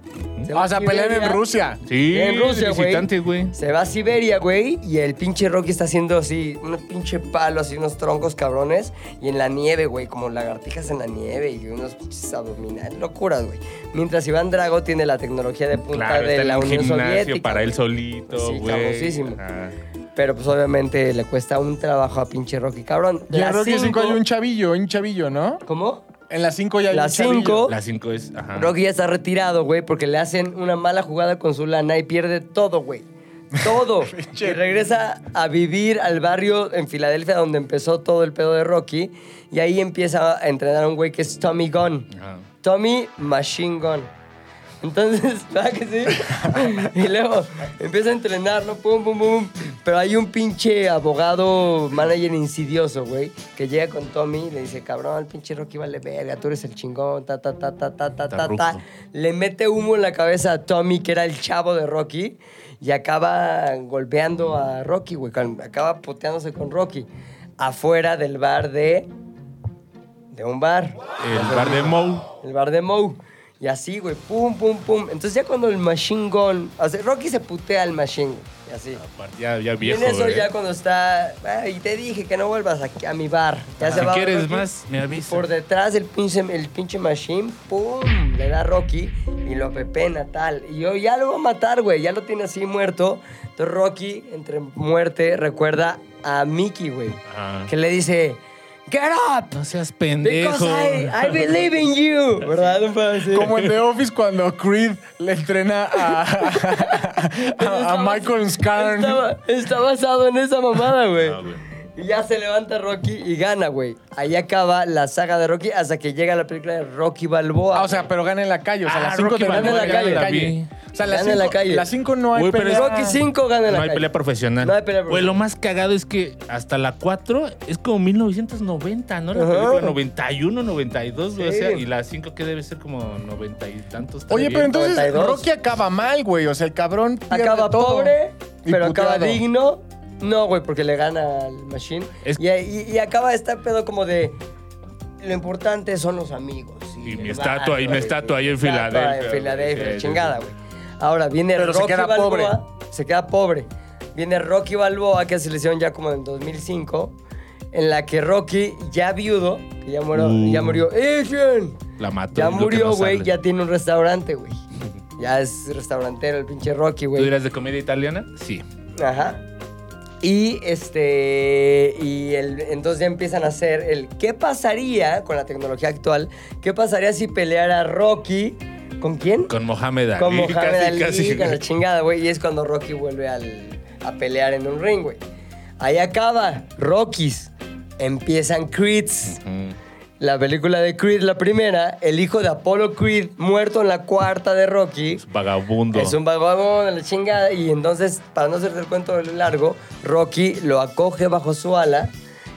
[SPEAKER 4] va
[SPEAKER 5] O sea,
[SPEAKER 4] a
[SPEAKER 5] pelean en
[SPEAKER 4] Siberia.
[SPEAKER 5] Rusia.
[SPEAKER 3] Sí,
[SPEAKER 4] En Rusia, güey.
[SPEAKER 3] visitantes, güey.
[SPEAKER 4] Se va a Siberia, güey, y el pinche Rocky está haciendo así, un pinche palo, así unos troncos cabrones, y en la nieve, güey, como lagartijas en la nieve y unos pinches abdominales, locuras, güey. Mientras Iván Drago tiene la tecnología de punta
[SPEAKER 3] Claro,
[SPEAKER 4] de
[SPEAKER 3] está en
[SPEAKER 4] la
[SPEAKER 3] un
[SPEAKER 4] Unión
[SPEAKER 3] gimnasio
[SPEAKER 4] Soviética.
[SPEAKER 3] para él
[SPEAKER 4] güey.
[SPEAKER 3] solito,
[SPEAKER 4] Sí,
[SPEAKER 3] güey.
[SPEAKER 4] cabroncísimo.
[SPEAKER 3] Ajá.
[SPEAKER 4] Pero pues obviamente le cuesta un trabajo a pinche Rocky, cabrón.
[SPEAKER 5] Y en
[SPEAKER 4] La
[SPEAKER 5] Rocky 5
[SPEAKER 4] cinco-
[SPEAKER 5] hay un chavillo, hay un chavillo, ¿no?
[SPEAKER 4] ¿Cómo?
[SPEAKER 5] En la 5 ya hay
[SPEAKER 4] La
[SPEAKER 5] un chavillo.
[SPEAKER 4] cinco-
[SPEAKER 3] La 5 es... Ajá.
[SPEAKER 4] Rocky ya está retirado, güey, porque le hacen una mala jugada con su lana y pierde todo, güey. Todo. y regresa a vivir al barrio en Filadelfia donde empezó todo el pedo de Rocky. Y ahí empieza a entrenar a un güey que es Tommy Gunn.
[SPEAKER 3] Ajá.
[SPEAKER 4] Tommy Machine Gun. [LAUGHS] Entonces, ¿verdad que sí? y luego empieza a entrenarlo, pum, pum, pum. Pero hay un pinche abogado, manager insidioso, güey, que llega con Tommy y le dice, cabrón, pinche Rocky vale verga, tú eres el chingón, ta, ta, ta, ta, ta, ta, ta, ta.
[SPEAKER 3] Tarruco.
[SPEAKER 4] Le mete humo en la cabeza a Tommy, que era el chavo de Rocky, y acaba golpeando a Rocky, güey, con- acaba poteándose con Rocky, afuera del bar de... de un bar.
[SPEAKER 3] El bar de Moe.
[SPEAKER 4] El bar de Moe. Y así, güey, pum, pum, pum. Entonces ya cuando el Machine Gun... O sea, Rocky se putea al Machine Gun. Y así.
[SPEAKER 3] Ya, ya
[SPEAKER 4] Y
[SPEAKER 3] Ah, viejo. eh.
[SPEAKER 4] en eso
[SPEAKER 3] güey.
[SPEAKER 4] ya cuando está... "Ah, y te dije que no vuelvas aquí a mi bar. Ya
[SPEAKER 3] Ah, Si
[SPEAKER 4] va
[SPEAKER 3] quieres
[SPEAKER 4] Rocky.
[SPEAKER 3] más, me
[SPEAKER 4] Y
[SPEAKER 3] avisas.
[SPEAKER 4] por detrás el pinche, el pinche Machine, pum, le da a Rocky y lo apepena tal. Y yo ya lo va a matar, güey, ya lo tiene así muerto. Entonces Rocky, entre muerte, recuerda a Mickey, güey,
[SPEAKER 3] Ajá.
[SPEAKER 4] que le dice, get up,
[SPEAKER 3] No seas
[SPEAKER 4] because
[SPEAKER 3] pendejo.
[SPEAKER 4] I,
[SPEAKER 3] Ah,
[SPEAKER 4] I believe in you. ¿Verdad? Un pedo así.
[SPEAKER 5] Como en The Office cuando Creed le entrena a,
[SPEAKER 4] [LAUGHS]
[SPEAKER 5] a, a Michael Scarn.
[SPEAKER 4] Estaba- está basado en esa mamada, güey.
[SPEAKER 3] Ah, güey.
[SPEAKER 4] Y ya se levanta Rocky y gana, güey. Ahí acaba la saga de Rocky hasta que llega la película de Rocky Balboa.
[SPEAKER 5] Ah, o sea, pero gana en la calle. O sea,
[SPEAKER 3] Ah,
[SPEAKER 5] las 5
[SPEAKER 3] Rocky
[SPEAKER 5] te
[SPEAKER 3] Balboa
[SPEAKER 5] gana en la
[SPEAKER 4] gana en
[SPEAKER 5] calle.
[SPEAKER 4] la
[SPEAKER 3] calle.
[SPEAKER 5] O sea, las
[SPEAKER 4] Gana en la
[SPEAKER 5] cinco-
[SPEAKER 4] calle.
[SPEAKER 5] las 5 no hay
[SPEAKER 3] Güey, pero
[SPEAKER 5] pelea.
[SPEAKER 3] es-
[SPEAKER 4] Rocky 5 gana en la
[SPEAKER 3] No hay
[SPEAKER 4] calle.
[SPEAKER 3] pelea profesional.
[SPEAKER 4] No hay pelea
[SPEAKER 3] Güey, lo
[SPEAKER 4] profesional.
[SPEAKER 3] más cagado es que hasta la 4 es como 1990, ¿no? La
[SPEAKER 4] Ajá.
[SPEAKER 3] película 91, 92, güey. O
[SPEAKER 4] Sí.
[SPEAKER 3] sea, y la 5 que debe ser como 90 y tantos.
[SPEAKER 5] Oye,
[SPEAKER 3] también.
[SPEAKER 5] pero entonces
[SPEAKER 4] 92.
[SPEAKER 5] Rocky acaba mal, güey. O sea, el cabrón pierde
[SPEAKER 4] Acaba
[SPEAKER 5] todo.
[SPEAKER 4] pobre,
[SPEAKER 5] Y
[SPEAKER 4] pero acaba
[SPEAKER 5] puteado.
[SPEAKER 4] digno. No, güey, porque le gana al Machine.
[SPEAKER 3] Es-
[SPEAKER 4] Y, y- y acaba este pedo como de... Lo importante son los amigos.
[SPEAKER 3] Y mi
[SPEAKER 4] el
[SPEAKER 3] estatua,
[SPEAKER 4] barrio,
[SPEAKER 3] y mi
[SPEAKER 4] y
[SPEAKER 3] estatua ahí
[SPEAKER 4] mi
[SPEAKER 3] en
[SPEAKER 4] estatua
[SPEAKER 3] Filadelfia,
[SPEAKER 4] En
[SPEAKER 3] güey.
[SPEAKER 4] Filadelfia,
[SPEAKER 3] Sí, sí,
[SPEAKER 4] chingada, güey. Ahora viene
[SPEAKER 5] Pero se
[SPEAKER 4] Rocky
[SPEAKER 5] queda
[SPEAKER 4] Balboa. Se queda pobre. Viene Rocky Balboa, que se le hicieron ya como en 2005, en la que Rocky, ya viudo, que ya murió,
[SPEAKER 3] Uh.
[SPEAKER 4] ya murió, ¡Eh, "Adrian,
[SPEAKER 3] La mató.
[SPEAKER 4] ya
[SPEAKER 3] es lo que
[SPEAKER 4] murió,
[SPEAKER 3] no
[SPEAKER 4] güey.
[SPEAKER 3] sale.
[SPEAKER 4] Ya tiene un restaurante, güey. Ya es restaurantero el pinche Rocky,
[SPEAKER 3] ¿Tú
[SPEAKER 4] güey.
[SPEAKER 3] dirás de comedia italiana? Sí.
[SPEAKER 4] Ajá. Y este. Y el, entonces ya empiezan a hacer el. ¿Qué pasaría con la tecnología actual? ¿Qué pasaría si peleara Rocky? ¿Con quién?
[SPEAKER 3] Con Mohamed Ali.
[SPEAKER 4] Con Mohamed
[SPEAKER 3] [LAUGHS] casi,
[SPEAKER 4] Ali,
[SPEAKER 3] casi.
[SPEAKER 4] con la chingada, güey. Y es cuando Rocky vuelve al- a pelear en un ring, güey. Ahí acaba. Rockies. Empiezan Creeds.
[SPEAKER 3] Mm.
[SPEAKER 4] La película de Creed, la primera. El hijo de Apollo Creed, muerto en la cuarta de Rocky.
[SPEAKER 3] Vagabundo.
[SPEAKER 4] Es un vagabundo de la chingada. Y entonces, para no hacerte el cuento largo, Rocky lo acoge bajo su ala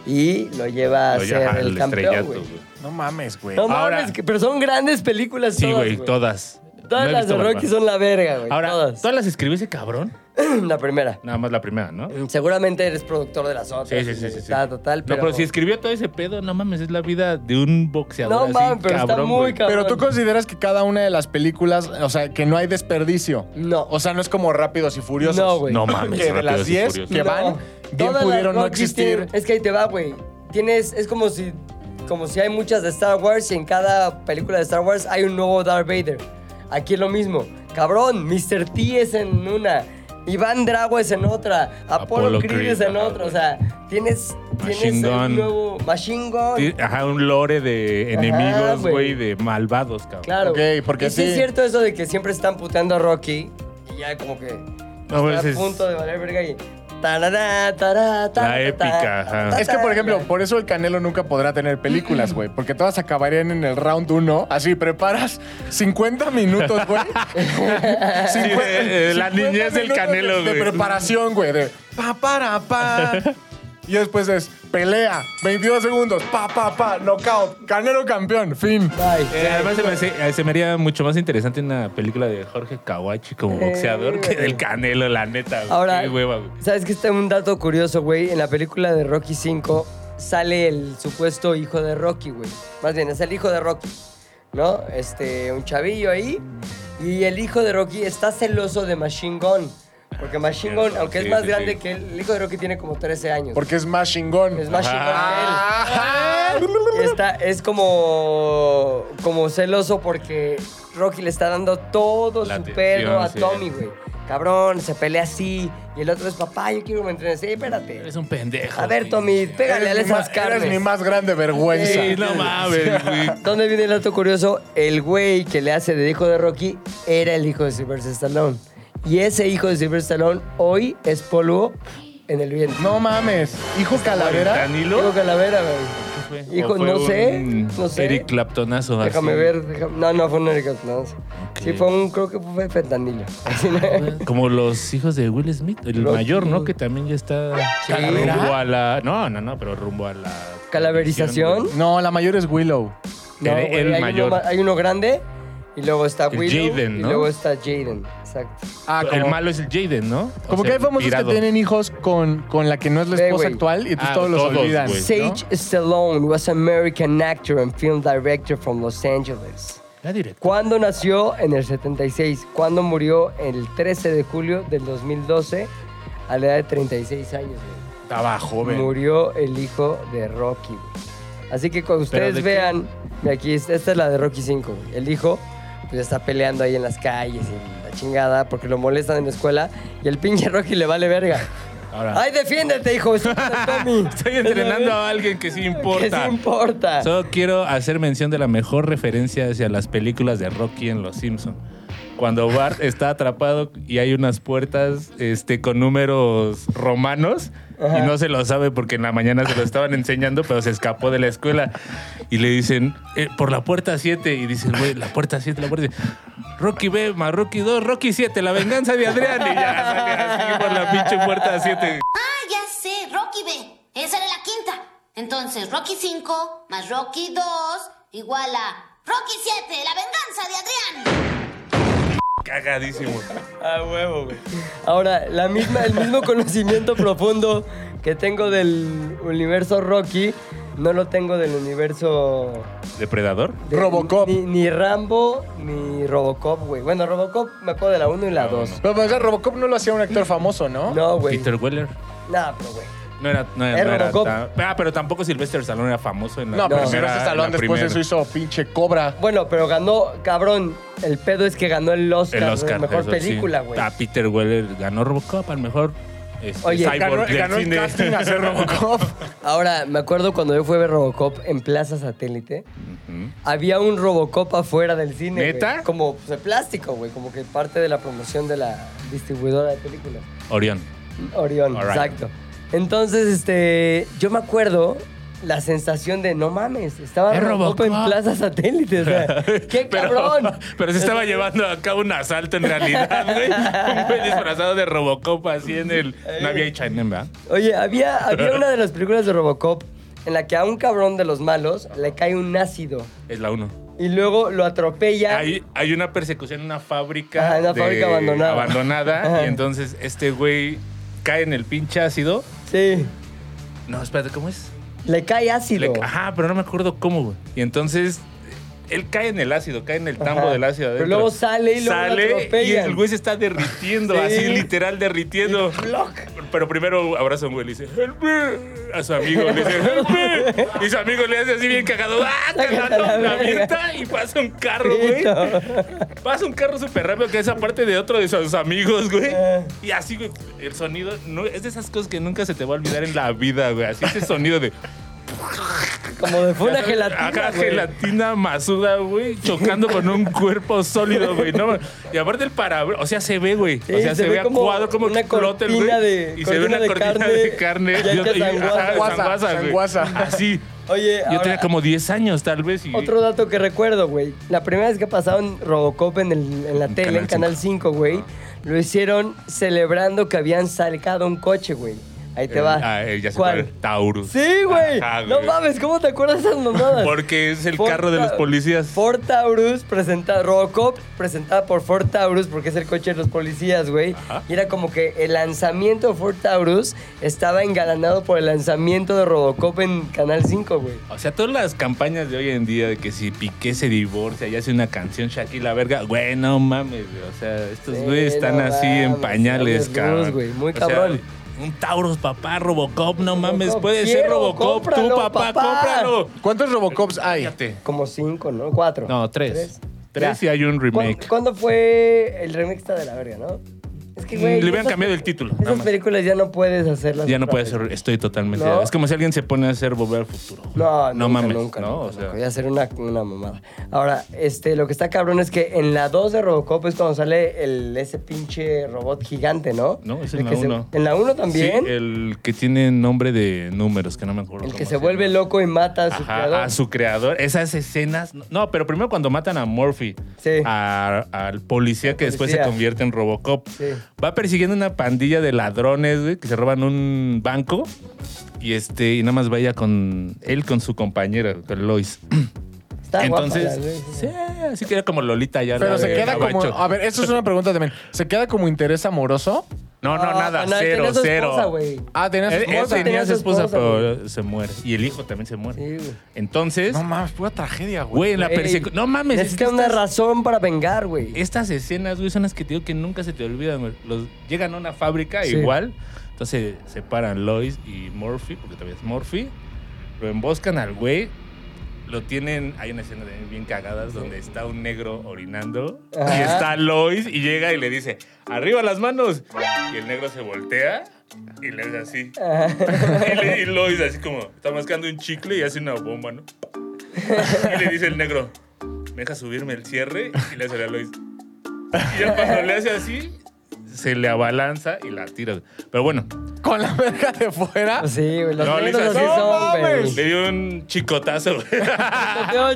[SPEAKER 4] y lo lleva a
[SPEAKER 3] Oye,
[SPEAKER 4] ser
[SPEAKER 3] ajá,
[SPEAKER 4] el
[SPEAKER 3] el
[SPEAKER 4] campeón,
[SPEAKER 3] estrellato,
[SPEAKER 4] güey.
[SPEAKER 3] güey.
[SPEAKER 5] No mames, güey.
[SPEAKER 4] No
[SPEAKER 3] Ahora-
[SPEAKER 4] mames, que- pero son grandes películas
[SPEAKER 3] Sí,
[SPEAKER 4] todas,
[SPEAKER 3] güey, todas. No
[SPEAKER 4] Todas
[SPEAKER 3] he
[SPEAKER 4] las
[SPEAKER 3] visto
[SPEAKER 4] de
[SPEAKER 3] Barba.
[SPEAKER 4] Rocky son la verga, güey.
[SPEAKER 3] Ahora,
[SPEAKER 4] todas.
[SPEAKER 3] todas. las escribió ese cabrón?
[SPEAKER 4] [CLEARS THROAT] la primera.
[SPEAKER 3] Nada más la primera, ¿no?
[SPEAKER 4] Seguramente eres productor de las otras.
[SPEAKER 3] Sí, sí, sí.
[SPEAKER 4] y
[SPEAKER 3] sí, sí.
[SPEAKER 4] tal, tal, tal, pero...
[SPEAKER 3] No, pero si escribió todo ese pedo, no mames, es la vida de un boxeador
[SPEAKER 4] No
[SPEAKER 3] así,
[SPEAKER 4] mames, pero está
[SPEAKER 3] cabrón,
[SPEAKER 4] muy
[SPEAKER 3] güey.
[SPEAKER 4] cabrón.
[SPEAKER 5] Pero tú consideras que cada una de las películas, o sea, que no hay desperdicio.
[SPEAKER 4] No.
[SPEAKER 5] O sea, no es como Rápidos y Furiosos.
[SPEAKER 4] No, güey.
[SPEAKER 3] No mames,
[SPEAKER 5] Que de
[SPEAKER 3] Rápidos
[SPEAKER 5] las
[SPEAKER 3] y
[SPEAKER 5] 10
[SPEAKER 3] Furiosos.
[SPEAKER 5] que
[SPEAKER 4] No.
[SPEAKER 5] van, bien
[SPEAKER 4] Todas las
[SPEAKER 5] pudieron no
[SPEAKER 4] Rocky
[SPEAKER 5] existir.
[SPEAKER 4] tienen- es que ahí te va, güey. Tienes, es como si, como si hay muchas de Star Wars y en cada película de Star Wars hay un nuevo Darth Vader. Aquí es lo mismo. Cabrón, Mr. T es en una, Iván Drago es en otra, Apollo,
[SPEAKER 3] Apollo
[SPEAKER 4] Creed,
[SPEAKER 3] Creed,
[SPEAKER 4] es en
[SPEAKER 3] ajá,
[SPEAKER 4] otra. O
[SPEAKER 3] güey.
[SPEAKER 4] sea, tienes, tienes
[SPEAKER 3] Machine
[SPEAKER 4] un
[SPEAKER 3] Gun.
[SPEAKER 4] nuevo Machine Gun.
[SPEAKER 3] Sí, Ajá, un lore de
[SPEAKER 4] Ajá,
[SPEAKER 3] enemigos,
[SPEAKER 4] güey.
[SPEAKER 3] güey, de malvados, cabrón.
[SPEAKER 4] Claro.
[SPEAKER 5] Ok, porque
[SPEAKER 4] y sí es
[SPEAKER 5] sí.
[SPEAKER 4] cierto eso de que siempre están puteando a Rocky y ya como que
[SPEAKER 3] No,
[SPEAKER 4] está
[SPEAKER 3] pues,
[SPEAKER 4] a
[SPEAKER 3] es-
[SPEAKER 4] punto de valer verga y tarará, tará, tará,
[SPEAKER 3] La épica,
[SPEAKER 4] tará,
[SPEAKER 3] ajá.
[SPEAKER 4] tará,
[SPEAKER 5] Es que, por
[SPEAKER 4] tará,
[SPEAKER 5] ejemplo,
[SPEAKER 4] tará.
[SPEAKER 5] por eso el Canelo nunca podrá tener películas, güey. Porque todas acabarían en el round 1. Así, preparas 50 minutos,
[SPEAKER 3] [LAUGHS]
[SPEAKER 5] güey. Cincu-
[SPEAKER 3] eh, eh, la
[SPEAKER 5] 50
[SPEAKER 3] niñez del
[SPEAKER 5] minutos
[SPEAKER 3] Canelo,
[SPEAKER 5] de- De
[SPEAKER 3] güey.
[SPEAKER 5] preparación, güey. De pa, para, pa. Y después es pelea, 22 segundos, pa, pa, pa, knockout, Canelo campeón, fin.
[SPEAKER 4] Bye.
[SPEAKER 3] Eh, además, se me, hace- eh, se me haría mucho más interesante una película de Jorge Kawachi como
[SPEAKER 4] Eh,
[SPEAKER 3] boxeador que
[SPEAKER 4] güey.
[SPEAKER 3] del Canelo, la neta. güey.
[SPEAKER 4] Ahora,
[SPEAKER 3] Qué hueva, güey.
[SPEAKER 4] ¿sabes que está un dato curioso, güey? En la película de Rocky 5 sale el supuesto hijo de Rocky, güey. Más bien, es el hijo de Rocky, ¿no? Este, un chavillo ahí. Y el hijo de Rocky está celoso de Machine Gun. Porque Machine Gun,
[SPEAKER 3] cierto,
[SPEAKER 4] aunque es
[SPEAKER 3] sí,
[SPEAKER 4] más
[SPEAKER 3] sí,
[SPEAKER 4] grande
[SPEAKER 3] sí.
[SPEAKER 4] que él, el hijo de Rocky tiene como 13 años.
[SPEAKER 5] Porque es más chingón.
[SPEAKER 4] Es Machine Gun que él.
[SPEAKER 5] Ajá.
[SPEAKER 4] [LAUGHS] Está, es como, como celoso porque Rocky le está dando todo
[SPEAKER 3] La
[SPEAKER 4] su
[SPEAKER 3] atención,
[SPEAKER 4] pedo a
[SPEAKER 3] sí.
[SPEAKER 4] Tommy, güey. Cabrón, se pelea así. Y el otro es, papá, yo quiero que me entrenes. Ey, espérate.
[SPEAKER 3] Eres un pendejo.
[SPEAKER 4] A ver,
[SPEAKER 3] güey.
[SPEAKER 4] Tommy, pégale a
[SPEAKER 5] Eres mi
[SPEAKER 4] esas
[SPEAKER 5] ma- eres mi
[SPEAKER 4] carnes.
[SPEAKER 5] más grande vergüenza.
[SPEAKER 3] Sí, no mames, güey.
[SPEAKER 4] ¿Dónde viene el dato curioso? El güey que le hace de hijo de Rocky era el hijo de Sylvester Stallone. Y ese hijo de Sylvester Stallone hoy es polvo en el vientre.
[SPEAKER 5] No mames. Hijo calavera.
[SPEAKER 3] ¿Canilo?
[SPEAKER 4] Digo calavera, güey.
[SPEAKER 3] fue?
[SPEAKER 4] Hijo,
[SPEAKER 3] ¿O fue
[SPEAKER 4] no sé,
[SPEAKER 3] un
[SPEAKER 4] no sé.
[SPEAKER 3] Eric Claptonazo.
[SPEAKER 4] Déjame
[SPEAKER 3] así?
[SPEAKER 4] ver. [LAUGHS] déjame- No, no, fue un Eric no. Sí,
[SPEAKER 3] Ok.
[SPEAKER 4] fue un, creo que fue fentanilo. Así, ¿no?
[SPEAKER 3] Como los hijos de Will Smith, el
[SPEAKER 4] Los-
[SPEAKER 3] mayor, ¿no? Que también ya está
[SPEAKER 4] Sí.
[SPEAKER 3] rumbo a la. No, no, no, pero rumbo a la.
[SPEAKER 4] ¿Calaverización?
[SPEAKER 5] No, la mayor es Willow.
[SPEAKER 4] No,
[SPEAKER 3] El-
[SPEAKER 4] güey,
[SPEAKER 3] el
[SPEAKER 4] hay
[SPEAKER 3] mayor.
[SPEAKER 4] Uno, ma- hay uno grande y luego está
[SPEAKER 3] El
[SPEAKER 4] Willow
[SPEAKER 3] Jaden,
[SPEAKER 4] y
[SPEAKER 3] ¿no?
[SPEAKER 4] luego está Jaden. Exacto.
[SPEAKER 5] Ah,
[SPEAKER 3] El malo es el Jaden, ¿no? O
[SPEAKER 5] Como
[SPEAKER 3] sea,
[SPEAKER 5] que hay famosos
[SPEAKER 3] pirado.
[SPEAKER 5] que tienen hijos con, con la que no es la
[SPEAKER 4] Ve,
[SPEAKER 5] esposa
[SPEAKER 4] güey.
[SPEAKER 5] actual y entonces
[SPEAKER 3] Ah,
[SPEAKER 5] todos los
[SPEAKER 3] todos,
[SPEAKER 5] olvidan.
[SPEAKER 3] güey.
[SPEAKER 5] ¿no?
[SPEAKER 4] Sage Stallone was an American actor and film director from Los Angeles.
[SPEAKER 3] La directora.
[SPEAKER 4] ¿Cuándo nació? En el 76. ¿Cuándo murió? El 13 de julio del 2012 a la edad de 36 años. güey.
[SPEAKER 5] Estaba joven.
[SPEAKER 4] Murió el hijo de Rocky. güey. Así que cuando
[SPEAKER 3] ¿Pero de
[SPEAKER 4] ustedes
[SPEAKER 3] qué?
[SPEAKER 4] vean, mira, aquí es- esta es la de Rocky 5. El hijo pues está peleando ahí en las calles y la chingada porque lo molestan en la escuela y el pinche Rocky le vale verga.
[SPEAKER 3] Ahora.
[SPEAKER 4] Ay, defiéndete, hijo.
[SPEAKER 3] [LAUGHS]
[SPEAKER 4] Estoy
[SPEAKER 3] Estoy entrenando a alguien
[SPEAKER 4] [LAUGHS]
[SPEAKER 3] que sí
[SPEAKER 4] ¿Qué
[SPEAKER 3] importa.
[SPEAKER 4] se importa?
[SPEAKER 3] Solo quiero hacer mención de la mejor referencia hacia las películas de Rocky en Los Simpson.
[SPEAKER 4] [LAUGHS]
[SPEAKER 3] Cuando Bart está atrapado y hay unas puertas este, con números romanos y no se lo sabe porque en la mañana se lo estaban enseñando, pero se escapó de la escuela. Y le dicen, "Eh, por la puerta 7. Y dicen, güey, la puerta 7, la puerta 7. Rocky B, más Rocky 2, Rocky 7, la venganza de Adrián. Y ya sale así por la pinche puerta 7.
[SPEAKER 6] Ah, ya sé, Rocky B. Esa era la quinta. Entonces, Rocky 5 más Rocky 2 igual a Rocky 7, la venganza de Adrián.
[SPEAKER 3] Cagadísimo.
[SPEAKER 4] A huevo, güey. Ahora, la misma, el mismo conocimiento profundo que tengo del universo Rocky, no lo tengo del universo...
[SPEAKER 3] ¿Depredador?
[SPEAKER 4] de-
[SPEAKER 5] Robocop.
[SPEAKER 4] Ni, ni Rambo, ni Robocop, güey. Bueno, Robocop me acuerdo de la 1 y la 2.
[SPEAKER 5] Pero, pero, o sea, Robocop no lo hacía un actor famoso, ¿no?
[SPEAKER 4] No, güey.
[SPEAKER 3] Peter Weller.
[SPEAKER 4] Nah, pero, güey.
[SPEAKER 3] No era, no era,
[SPEAKER 4] Es
[SPEAKER 3] no era
[SPEAKER 4] Robocop.
[SPEAKER 3] tan- ah, pero tampoco Sylvester Stallone era famoso en la
[SPEAKER 5] No, pero
[SPEAKER 4] No.
[SPEAKER 5] primero ese
[SPEAKER 3] en
[SPEAKER 5] salón
[SPEAKER 3] la
[SPEAKER 5] después de eso
[SPEAKER 3] primera.
[SPEAKER 5] hizo pinche Cobra.
[SPEAKER 4] Bueno, pero ganó, cabrón. El pedo es que ganó el Oscar,
[SPEAKER 3] El
[SPEAKER 4] de
[SPEAKER 3] Oscar.
[SPEAKER 4] mejor
[SPEAKER 3] eso sí.
[SPEAKER 4] película, güey.
[SPEAKER 3] Ah, Peter Weller ganó Robocop al mejor este,
[SPEAKER 4] Oye,
[SPEAKER 3] cyborg
[SPEAKER 5] Ganó,
[SPEAKER 3] del
[SPEAKER 5] ganó el
[SPEAKER 3] cine.
[SPEAKER 5] casting a ser Robocop.
[SPEAKER 4] [LAUGHS] Ahora, me acuerdo cuando yo fui a ver Robocop en Plaza Satélite, había un Robocop afuera del cine. güey.
[SPEAKER 3] ¿Neta?
[SPEAKER 4] Como pues, de plástico, güey. Como que parte de la promoción de la distribuidora de películas.
[SPEAKER 3] [LAUGHS] Orión.
[SPEAKER 4] Orión,
[SPEAKER 3] Alright.
[SPEAKER 4] exacto. Entonces, este, yo me acuerdo la sensación de, no mames, estaba
[SPEAKER 3] Es
[SPEAKER 4] Robocop, en
[SPEAKER 3] Robocop.
[SPEAKER 4] Plaza Satélite. O
[SPEAKER 3] [LAUGHS]
[SPEAKER 4] sea, ¡qué cabrón!
[SPEAKER 3] Pero se estaba llevando a cabo un asalto en realidad,
[SPEAKER 4] [LAUGHS]
[SPEAKER 3] güey. Un güey disfrazado de Robocop así en el. No había H&M, ¿verdad?
[SPEAKER 4] Oye, había, había
[SPEAKER 3] [LAUGHS]
[SPEAKER 4] una de las películas de Robocop en la que a un cabrón de los malos le cae un ácido
[SPEAKER 3] Es la uno.
[SPEAKER 4] y luego lo atropella.
[SPEAKER 3] Hay, hay una persecución en una fábrica.
[SPEAKER 4] Ajá, en una
[SPEAKER 3] de-
[SPEAKER 4] fábrica abandonada.
[SPEAKER 3] abandonada,
[SPEAKER 4] Ajá.
[SPEAKER 3] Y entonces este güey cae en el pinche ácido.
[SPEAKER 4] Sí.
[SPEAKER 3] No, espérate, ¿cómo es?
[SPEAKER 4] Le cae
[SPEAKER 3] Le-
[SPEAKER 4] ácido.
[SPEAKER 3] [LAUGHS] ajá, pero no me acuerdo cómo, güey. Y entonces él cae en el ácido, cae en el tambo
[SPEAKER 4] Ajá.
[SPEAKER 3] del ácido.
[SPEAKER 4] Pero
[SPEAKER 3] Adentro.
[SPEAKER 4] luego sale y luego lo
[SPEAKER 3] Sale y
[SPEAKER 4] atropellan.
[SPEAKER 3] el güey se está
[SPEAKER 4] [LAUGHS]
[SPEAKER 3] derritiendo,
[SPEAKER 4] Sí.
[SPEAKER 3] así literal derritiendo.
[SPEAKER 4] Block.
[SPEAKER 3] Pero primero abraza a un güey y le dice, "Help me", A su amigo le dice, "Help me". Y su amigo le hace así bien cagado,
[SPEAKER 4] [LAUGHS]
[SPEAKER 3] ¡ah!
[SPEAKER 4] Sácate la
[SPEAKER 3] Cagando la
[SPEAKER 4] verga.
[SPEAKER 3] avienta y pasa un carro, güey. Pasa un carro súper rápido que es aparte de otro de sus amigos, güey.
[SPEAKER 4] Ah.
[SPEAKER 3] Y así, güey, el sonido no, es de esas cosas que nunca se te va a olvidar en la vida, güey. Así ese sonido de.
[SPEAKER 4] Como de fue una gelatina.
[SPEAKER 3] Acá
[SPEAKER 4] güey.
[SPEAKER 3] gelatina masuda, güey, chocando con un cuerpo sólido, güey. No, y aparte el parabrisas, o sea, se ve, güey.
[SPEAKER 4] Sí,
[SPEAKER 3] o sea,
[SPEAKER 4] se
[SPEAKER 3] se,
[SPEAKER 4] ve
[SPEAKER 3] ve a
[SPEAKER 4] como
[SPEAKER 3] cuadro como
[SPEAKER 4] una
[SPEAKER 3] que explota el
[SPEAKER 4] cortina
[SPEAKER 3] güey.
[SPEAKER 4] de-
[SPEAKER 3] y se
[SPEAKER 4] cortina
[SPEAKER 3] ve una
[SPEAKER 4] de
[SPEAKER 3] cortina
[SPEAKER 4] carne,
[SPEAKER 3] de carne.
[SPEAKER 4] ya que
[SPEAKER 3] y-
[SPEAKER 4] sanguaza.
[SPEAKER 3] ajá, sanguaza, güey.
[SPEAKER 5] Sanguaza.
[SPEAKER 3] Así.
[SPEAKER 4] Oye,
[SPEAKER 3] Yo
[SPEAKER 4] ahora,
[SPEAKER 3] tenía como 10 años, tal vez. Y,
[SPEAKER 4] otro dato que recuerdo, güey. La primera vez que pasaron Robocop en, el- en la
[SPEAKER 3] En
[SPEAKER 4] tele, en
[SPEAKER 3] Canal
[SPEAKER 4] Canal 5, güey, lo hicieron celebrando que habían sacado un coche, güey. Ahí te
[SPEAKER 3] Eh,
[SPEAKER 4] va.
[SPEAKER 3] ah, eh, ya sé
[SPEAKER 4] ¿Cuál?
[SPEAKER 3] cuál, Taurus.
[SPEAKER 4] Sí, güey.
[SPEAKER 3] Ajá,
[SPEAKER 4] No mames, ¿cómo te acuerdas de esas mamadas?
[SPEAKER 3] Porque es el
[SPEAKER 4] Ford
[SPEAKER 3] carro de los
[SPEAKER 4] Ta-
[SPEAKER 3] policías.
[SPEAKER 4] Ford Taurus presenta Robocop presentada por Ford Taurus porque es el coche de los policías, güey. Y era como que el lanzamiento de Ford Taurus estaba engalanado por el lanzamiento de Robocop en Canal 5, güey.
[SPEAKER 3] O sea, todas las campañas de hoy en día de que si Piqué se divorcia y hace una canción Shakira la verga, güey, no mames, güey. O sea, estos
[SPEAKER 4] Sí,
[SPEAKER 3] güeyes están
[SPEAKER 4] no
[SPEAKER 3] así en
[SPEAKER 4] mames,
[SPEAKER 3] pañales,
[SPEAKER 4] dales luz,
[SPEAKER 3] cabrón.
[SPEAKER 4] güey, muy
[SPEAKER 3] O sea,
[SPEAKER 4] cabrón.
[SPEAKER 3] un Tauros, papá, Robocop, no mames,
[SPEAKER 4] Robocop,
[SPEAKER 3] puede ser
[SPEAKER 4] quiero,
[SPEAKER 3] Robocop,
[SPEAKER 4] cómpralo,
[SPEAKER 3] tú, papá,
[SPEAKER 4] papá.
[SPEAKER 3] cómpralo.
[SPEAKER 5] ¿Cuántos Robocops hay?
[SPEAKER 3] Fíjate.
[SPEAKER 4] Como 5, ¿no? 4.
[SPEAKER 3] No, tres. Tres, y hay un
[SPEAKER 4] ¿Cuándo,
[SPEAKER 3] remake.
[SPEAKER 4] cuándo fue el remix está de la verga, no? Es que, güey.
[SPEAKER 3] Mm, Le hubieran
[SPEAKER 4] esas-
[SPEAKER 3] cambiado el título, nada
[SPEAKER 4] Esas
[SPEAKER 3] más.
[SPEAKER 4] películas ya no puedes hacerlas.
[SPEAKER 3] Ya no
[SPEAKER 4] otra
[SPEAKER 3] puede
[SPEAKER 4] vez.
[SPEAKER 3] ser, estoy totalmente.
[SPEAKER 4] No.
[SPEAKER 3] Es como si alguien se pone a hacer volver al futuro.
[SPEAKER 4] No,
[SPEAKER 3] no
[SPEAKER 4] nunca,
[SPEAKER 3] mames.
[SPEAKER 4] Nunca,
[SPEAKER 3] no,
[SPEAKER 4] nunca,
[SPEAKER 3] o sea,
[SPEAKER 4] nunca. Voy a hacer una, una mamada. Ahora, este, lo que está cabrón es que en la 2 de Robocop es cuando sale el, ese pinche robot gigante, ¿no?
[SPEAKER 3] No, es en
[SPEAKER 4] El
[SPEAKER 3] la
[SPEAKER 4] que se-
[SPEAKER 3] uno.
[SPEAKER 4] ¿En la 1 también?
[SPEAKER 3] sí, el que tiene nombre de números, que no me acuerdo.
[SPEAKER 4] el que
[SPEAKER 3] cómo
[SPEAKER 4] se vuelve
[SPEAKER 3] llama.
[SPEAKER 4] loco y mata a su
[SPEAKER 3] Ajá,
[SPEAKER 4] creador.
[SPEAKER 3] a su creador. Esas escenas. No, pero primero cuando matan a Murphy,
[SPEAKER 4] Sí.
[SPEAKER 3] a- al policía que después se
[SPEAKER 4] Policía.
[SPEAKER 3] convierte en Robocop,
[SPEAKER 4] Sí.
[SPEAKER 3] va persiguiendo una pandilla de ladrones güey, que se roban un banco y este y nada más vaya con él con su compañera, con Lois.
[SPEAKER 4] Está guapa,
[SPEAKER 3] Entonces,
[SPEAKER 4] la-
[SPEAKER 3] sí, así que era como Lolita ya.
[SPEAKER 5] Pero
[SPEAKER 3] la
[SPEAKER 5] se
[SPEAKER 3] de
[SPEAKER 5] queda como. Oh,
[SPEAKER 3] Gabacho.
[SPEAKER 5] A ver, esto es una pregunta también. ¿Se queda como interés amoroso?
[SPEAKER 3] No,
[SPEAKER 5] oh,
[SPEAKER 3] no,
[SPEAKER 4] Ah,
[SPEAKER 3] nada,
[SPEAKER 4] no, él
[SPEAKER 3] cero,
[SPEAKER 4] tenía su
[SPEAKER 3] cero.
[SPEAKER 4] esposa, güey.
[SPEAKER 5] Ah, tenías
[SPEAKER 3] Él, él
[SPEAKER 5] esposa.
[SPEAKER 3] tenía su esposa,
[SPEAKER 4] esposa,
[SPEAKER 3] pero se muere. Y el hijo también se muere.
[SPEAKER 4] Sí, güey.
[SPEAKER 3] Entonces,
[SPEAKER 5] No mames, pura tragedia, güey.
[SPEAKER 3] güey, en la
[SPEAKER 4] Güey,
[SPEAKER 3] persecución. No mames, es que
[SPEAKER 4] Necesita una
[SPEAKER 3] estas-
[SPEAKER 4] razón para vengar, güey.
[SPEAKER 3] estas escenas, güey, son las que te digo que nunca se te olvidan, güey. Los, llegan a una fábrica
[SPEAKER 4] Sí.
[SPEAKER 3] igual. Entonces separan Lois y Murphy, porque todavía es Murphy. Lo emboscan al güey. Lo tienen. Hay una escena de bien cagadas donde está un negro orinando. Y
[SPEAKER 4] Ajá.
[SPEAKER 3] está Lois y llega y le dice: ¡Arriba las manos! Y el negro se voltea y le hace así. [LAUGHS] Y, le- y Lois así como, está mascando un chicle y hace una bomba, ¿no? Y le dice el negro, me deja subirme el cierre y le hace a Lois. Y ya cuando le hace así, se le abalanza y la tira. Pero bueno,
[SPEAKER 5] Con la verga de fuera.
[SPEAKER 4] Sí, güey. Los
[SPEAKER 3] No,
[SPEAKER 4] negros
[SPEAKER 3] Lisa,
[SPEAKER 4] así
[SPEAKER 3] no
[SPEAKER 4] son, güey.
[SPEAKER 3] le dio un chicotazo. güey.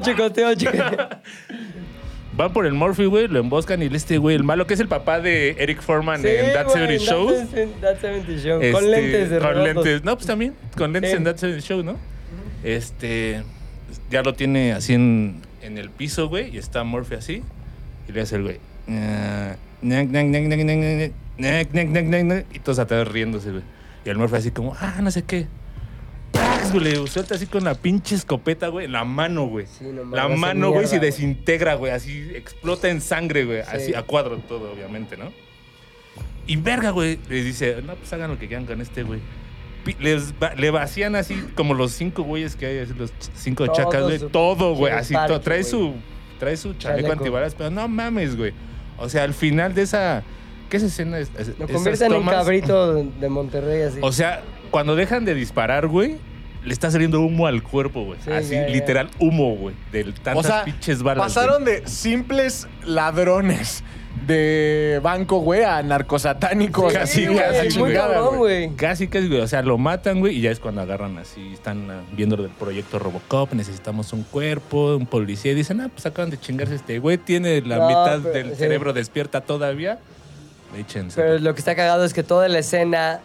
[SPEAKER 4] Chicoteo, chicoteo,
[SPEAKER 3] [LAUGHS]
[SPEAKER 4] chicoteo.
[SPEAKER 3] Van por el Murphy, güey, lo emboscan y este güey, el malo, que es el papá de Eric Foreman
[SPEAKER 4] Sí,
[SPEAKER 3] en That
[SPEAKER 4] güey,
[SPEAKER 3] 70
[SPEAKER 4] en
[SPEAKER 3] Shows.
[SPEAKER 4] That 70 That 70 Show.
[SPEAKER 3] Este,
[SPEAKER 4] con lentes de
[SPEAKER 3] Con
[SPEAKER 4] redondo.
[SPEAKER 3] lentes. No, pues también. Con lentes
[SPEAKER 4] Sí.
[SPEAKER 3] en That's el Show, ¿no? Este. Ya lo tiene así en, en el piso, güey. Y está Murphy así. Y le hace el güey. "Ah, ñac, ñac, ñac, ñac, ñac, ñac, ñac, ñac, ñac, ñac, ñac", Y todos atrás riéndose, güey. Y el Murphy así como, ah, no sé qué. ¡Pax, güey! Le suelta así con la pinche escopeta, güey. en La mano, güey.
[SPEAKER 4] Sí, no mames,
[SPEAKER 3] la
[SPEAKER 4] hace
[SPEAKER 3] mano, güey,
[SPEAKER 4] mierda,
[SPEAKER 3] se
[SPEAKER 4] güey.
[SPEAKER 3] desintegra, güey. Así explota en sangre, güey. Así a cuadro todo, obviamente, ¿no? Y verga, güey, les dice, no, pues hagan lo que quieran con este, güey. Pi- les va- le vacían así como los cinco güeyes que hay, así los ch- cinco
[SPEAKER 4] Todo
[SPEAKER 3] chacas, güey.
[SPEAKER 4] su-
[SPEAKER 3] Todo, güey.
[SPEAKER 4] su
[SPEAKER 3] Así,
[SPEAKER 4] parche,
[SPEAKER 3] todo. Trae
[SPEAKER 4] güey.
[SPEAKER 3] su, trae su chaleco,
[SPEAKER 4] Chaleco.
[SPEAKER 3] antibalas, pero no mames, güey. O sea, al final de esa... ¿Qué es escena? Es, es-
[SPEAKER 4] Lo
[SPEAKER 3] esas
[SPEAKER 4] convierten en
[SPEAKER 3] tomas-
[SPEAKER 4] cabrito de Monterrey así.
[SPEAKER 3] O sea, cuando dejan de disparar, güey, le está saliendo humo al cuerpo, güey.
[SPEAKER 4] Sí,
[SPEAKER 3] así,
[SPEAKER 4] ya, ya.
[SPEAKER 3] literal, humo, güey. De tantas
[SPEAKER 5] O sea,
[SPEAKER 3] pinches balas. güey.
[SPEAKER 5] pasaron de simples ladrones de banco, güey, a narcosatánicos.
[SPEAKER 4] Sí,
[SPEAKER 5] así,
[SPEAKER 4] güey,
[SPEAKER 5] casi
[SPEAKER 4] Muy
[SPEAKER 5] chingada,
[SPEAKER 4] cabrón,
[SPEAKER 5] güey.
[SPEAKER 4] güey.
[SPEAKER 3] Casi, casi, güey. O sea, lo matan, güey, y ya es cuando agarran así. Están ah, viendo del proyecto Robocop, necesitamos un cuerpo, un policía. Y dicen, ah, pues acaban de chingarse este güey, tiene la
[SPEAKER 4] No,
[SPEAKER 3] mitad
[SPEAKER 4] pero-
[SPEAKER 3] del
[SPEAKER 4] sí.
[SPEAKER 3] cerebro despierta todavía. Échense.
[SPEAKER 4] Pero lo que está cagado es que toda la escena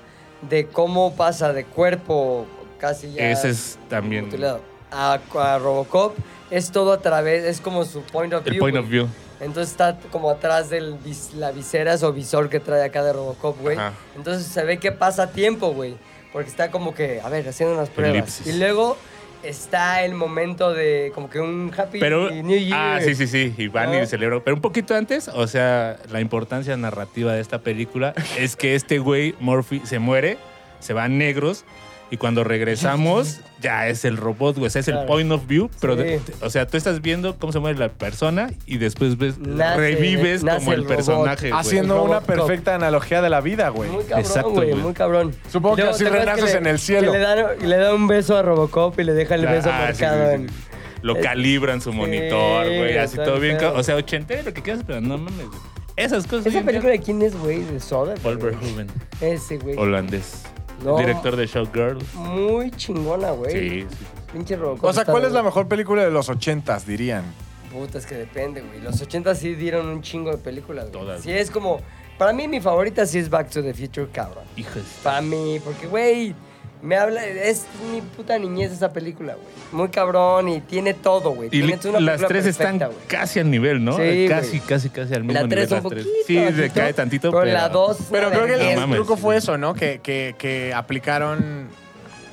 [SPEAKER 4] de cómo pasa de cuerpo casi ya
[SPEAKER 3] Ese es también
[SPEAKER 4] mutilado a, a Robocop es todo a través, es como su point of view.
[SPEAKER 3] el point
[SPEAKER 4] güey.
[SPEAKER 3] of view.
[SPEAKER 4] Entonces está como atrás de la visera o visor que trae acá de Robocop, güey.
[SPEAKER 3] Ajá.
[SPEAKER 4] Entonces se ve que pasa tiempo, güey. Porque está como que, a ver, haciendo unas pruebas.
[SPEAKER 3] Elipsis.
[SPEAKER 4] Y luego está el momento de como que un happy
[SPEAKER 3] Pero,
[SPEAKER 4] New Year. Oh.
[SPEAKER 3] ah, sí, sí, sí, y van
[SPEAKER 4] ¿No?
[SPEAKER 3] y celebran. Pero un poquito antes, o sea, la importancia narrativa de esta
[SPEAKER 4] [LAUGHS]
[SPEAKER 3] película es que este güey, Murphy, se muere, se van negros, y cuando
[SPEAKER 4] [LAUGHS]
[SPEAKER 3] regresamos, ya es el robot, güey, o sea, es el
[SPEAKER 4] Claro.
[SPEAKER 3] point of view, pero,
[SPEAKER 4] Sí.
[SPEAKER 3] de- o sea, tú estás viendo cómo se muere la persona y después ves,
[SPEAKER 4] Nace-
[SPEAKER 3] revives
[SPEAKER 4] nace
[SPEAKER 3] como el,
[SPEAKER 4] el robot.
[SPEAKER 3] personaje, güey.
[SPEAKER 5] Haciendo una
[SPEAKER 4] Robocop.
[SPEAKER 5] perfecta analogía de la vida, güey.
[SPEAKER 4] Muy cabrón,
[SPEAKER 3] Exacto,
[SPEAKER 4] güey,
[SPEAKER 3] güey.
[SPEAKER 4] muy cabrón.
[SPEAKER 5] Supongo que
[SPEAKER 4] Luego,
[SPEAKER 5] así
[SPEAKER 4] ¿te acuerdas
[SPEAKER 5] renaces
[SPEAKER 4] le-
[SPEAKER 5] en el cielo?
[SPEAKER 4] que le, da, y le da un beso a Robocop y le deja el
[SPEAKER 3] Ah,
[SPEAKER 4] beso
[SPEAKER 3] sí,
[SPEAKER 4] marcado
[SPEAKER 3] sí, sí, sí.
[SPEAKER 4] en-
[SPEAKER 3] Lo
[SPEAKER 4] Eh,
[SPEAKER 3] calibran su monitor,
[SPEAKER 4] sí,
[SPEAKER 3] güey, así
[SPEAKER 4] está
[SPEAKER 3] todo bien.
[SPEAKER 4] feo.
[SPEAKER 3] ca- O sea, ochentero, que quieras, pero no mames, güey. Esas cosas.
[SPEAKER 4] ¿Esa
[SPEAKER 3] hoy en día-
[SPEAKER 4] película de quién es, güey? ¿De Soderbergh?
[SPEAKER 3] Paul Verhoeven.
[SPEAKER 4] Ese, güey.
[SPEAKER 3] holandés.
[SPEAKER 4] No.
[SPEAKER 3] Director de Showgirl.
[SPEAKER 4] Muy chingona, güey.
[SPEAKER 3] Sí, sí.
[SPEAKER 4] Pinche Robocop.
[SPEAKER 5] O sea,
[SPEAKER 4] está
[SPEAKER 5] ¿cuál es
[SPEAKER 4] de-
[SPEAKER 5] la mejor película de los ochentas, dirían?
[SPEAKER 4] Puta, es que depende, güey. Los 80 sí dieron un chingo de películas, güey.
[SPEAKER 3] Todas,
[SPEAKER 4] Sí, es como... Para mí, mi favorita sí es Back to the Future, cabrón.
[SPEAKER 3] Hijas.
[SPEAKER 4] Para mí, porque, güey, me habla... Es mi puta niñez esa película, güey. Muy cabrón y tiene todo, güey.
[SPEAKER 3] Y
[SPEAKER 4] Tiene-
[SPEAKER 3] li-
[SPEAKER 4] es una
[SPEAKER 3] las
[SPEAKER 4] película
[SPEAKER 3] tres están
[SPEAKER 4] perfecta, güey.
[SPEAKER 3] casi al nivel, ¿no?
[SPEAKER 4] Sí,
[SPEAKER 3] casi,
[SPEAKER 4] güey.
[SPEAKER 3] casi, casi al mismo
[SPEAKER 4] La
[SPEAKER 3] nivel.
[SPEAKER 4] 3 un
[SPEAKER 3] las tres.
[SPEAKER 4] poquito.
[SPEAKER 3] Sí,
[SPEAKER 4] le
[SPEAKER 3] le cae tantito, pero.
[SPEAKER 4] la 2.
[SPEAKER 5] Pero creo que
[SPEAKER 3] No
[SPEAKER 5] el
[SPEAKER 3] mames.
[SPEAKER 5] truco fue eso, ¿no? Que, que- que aplicaron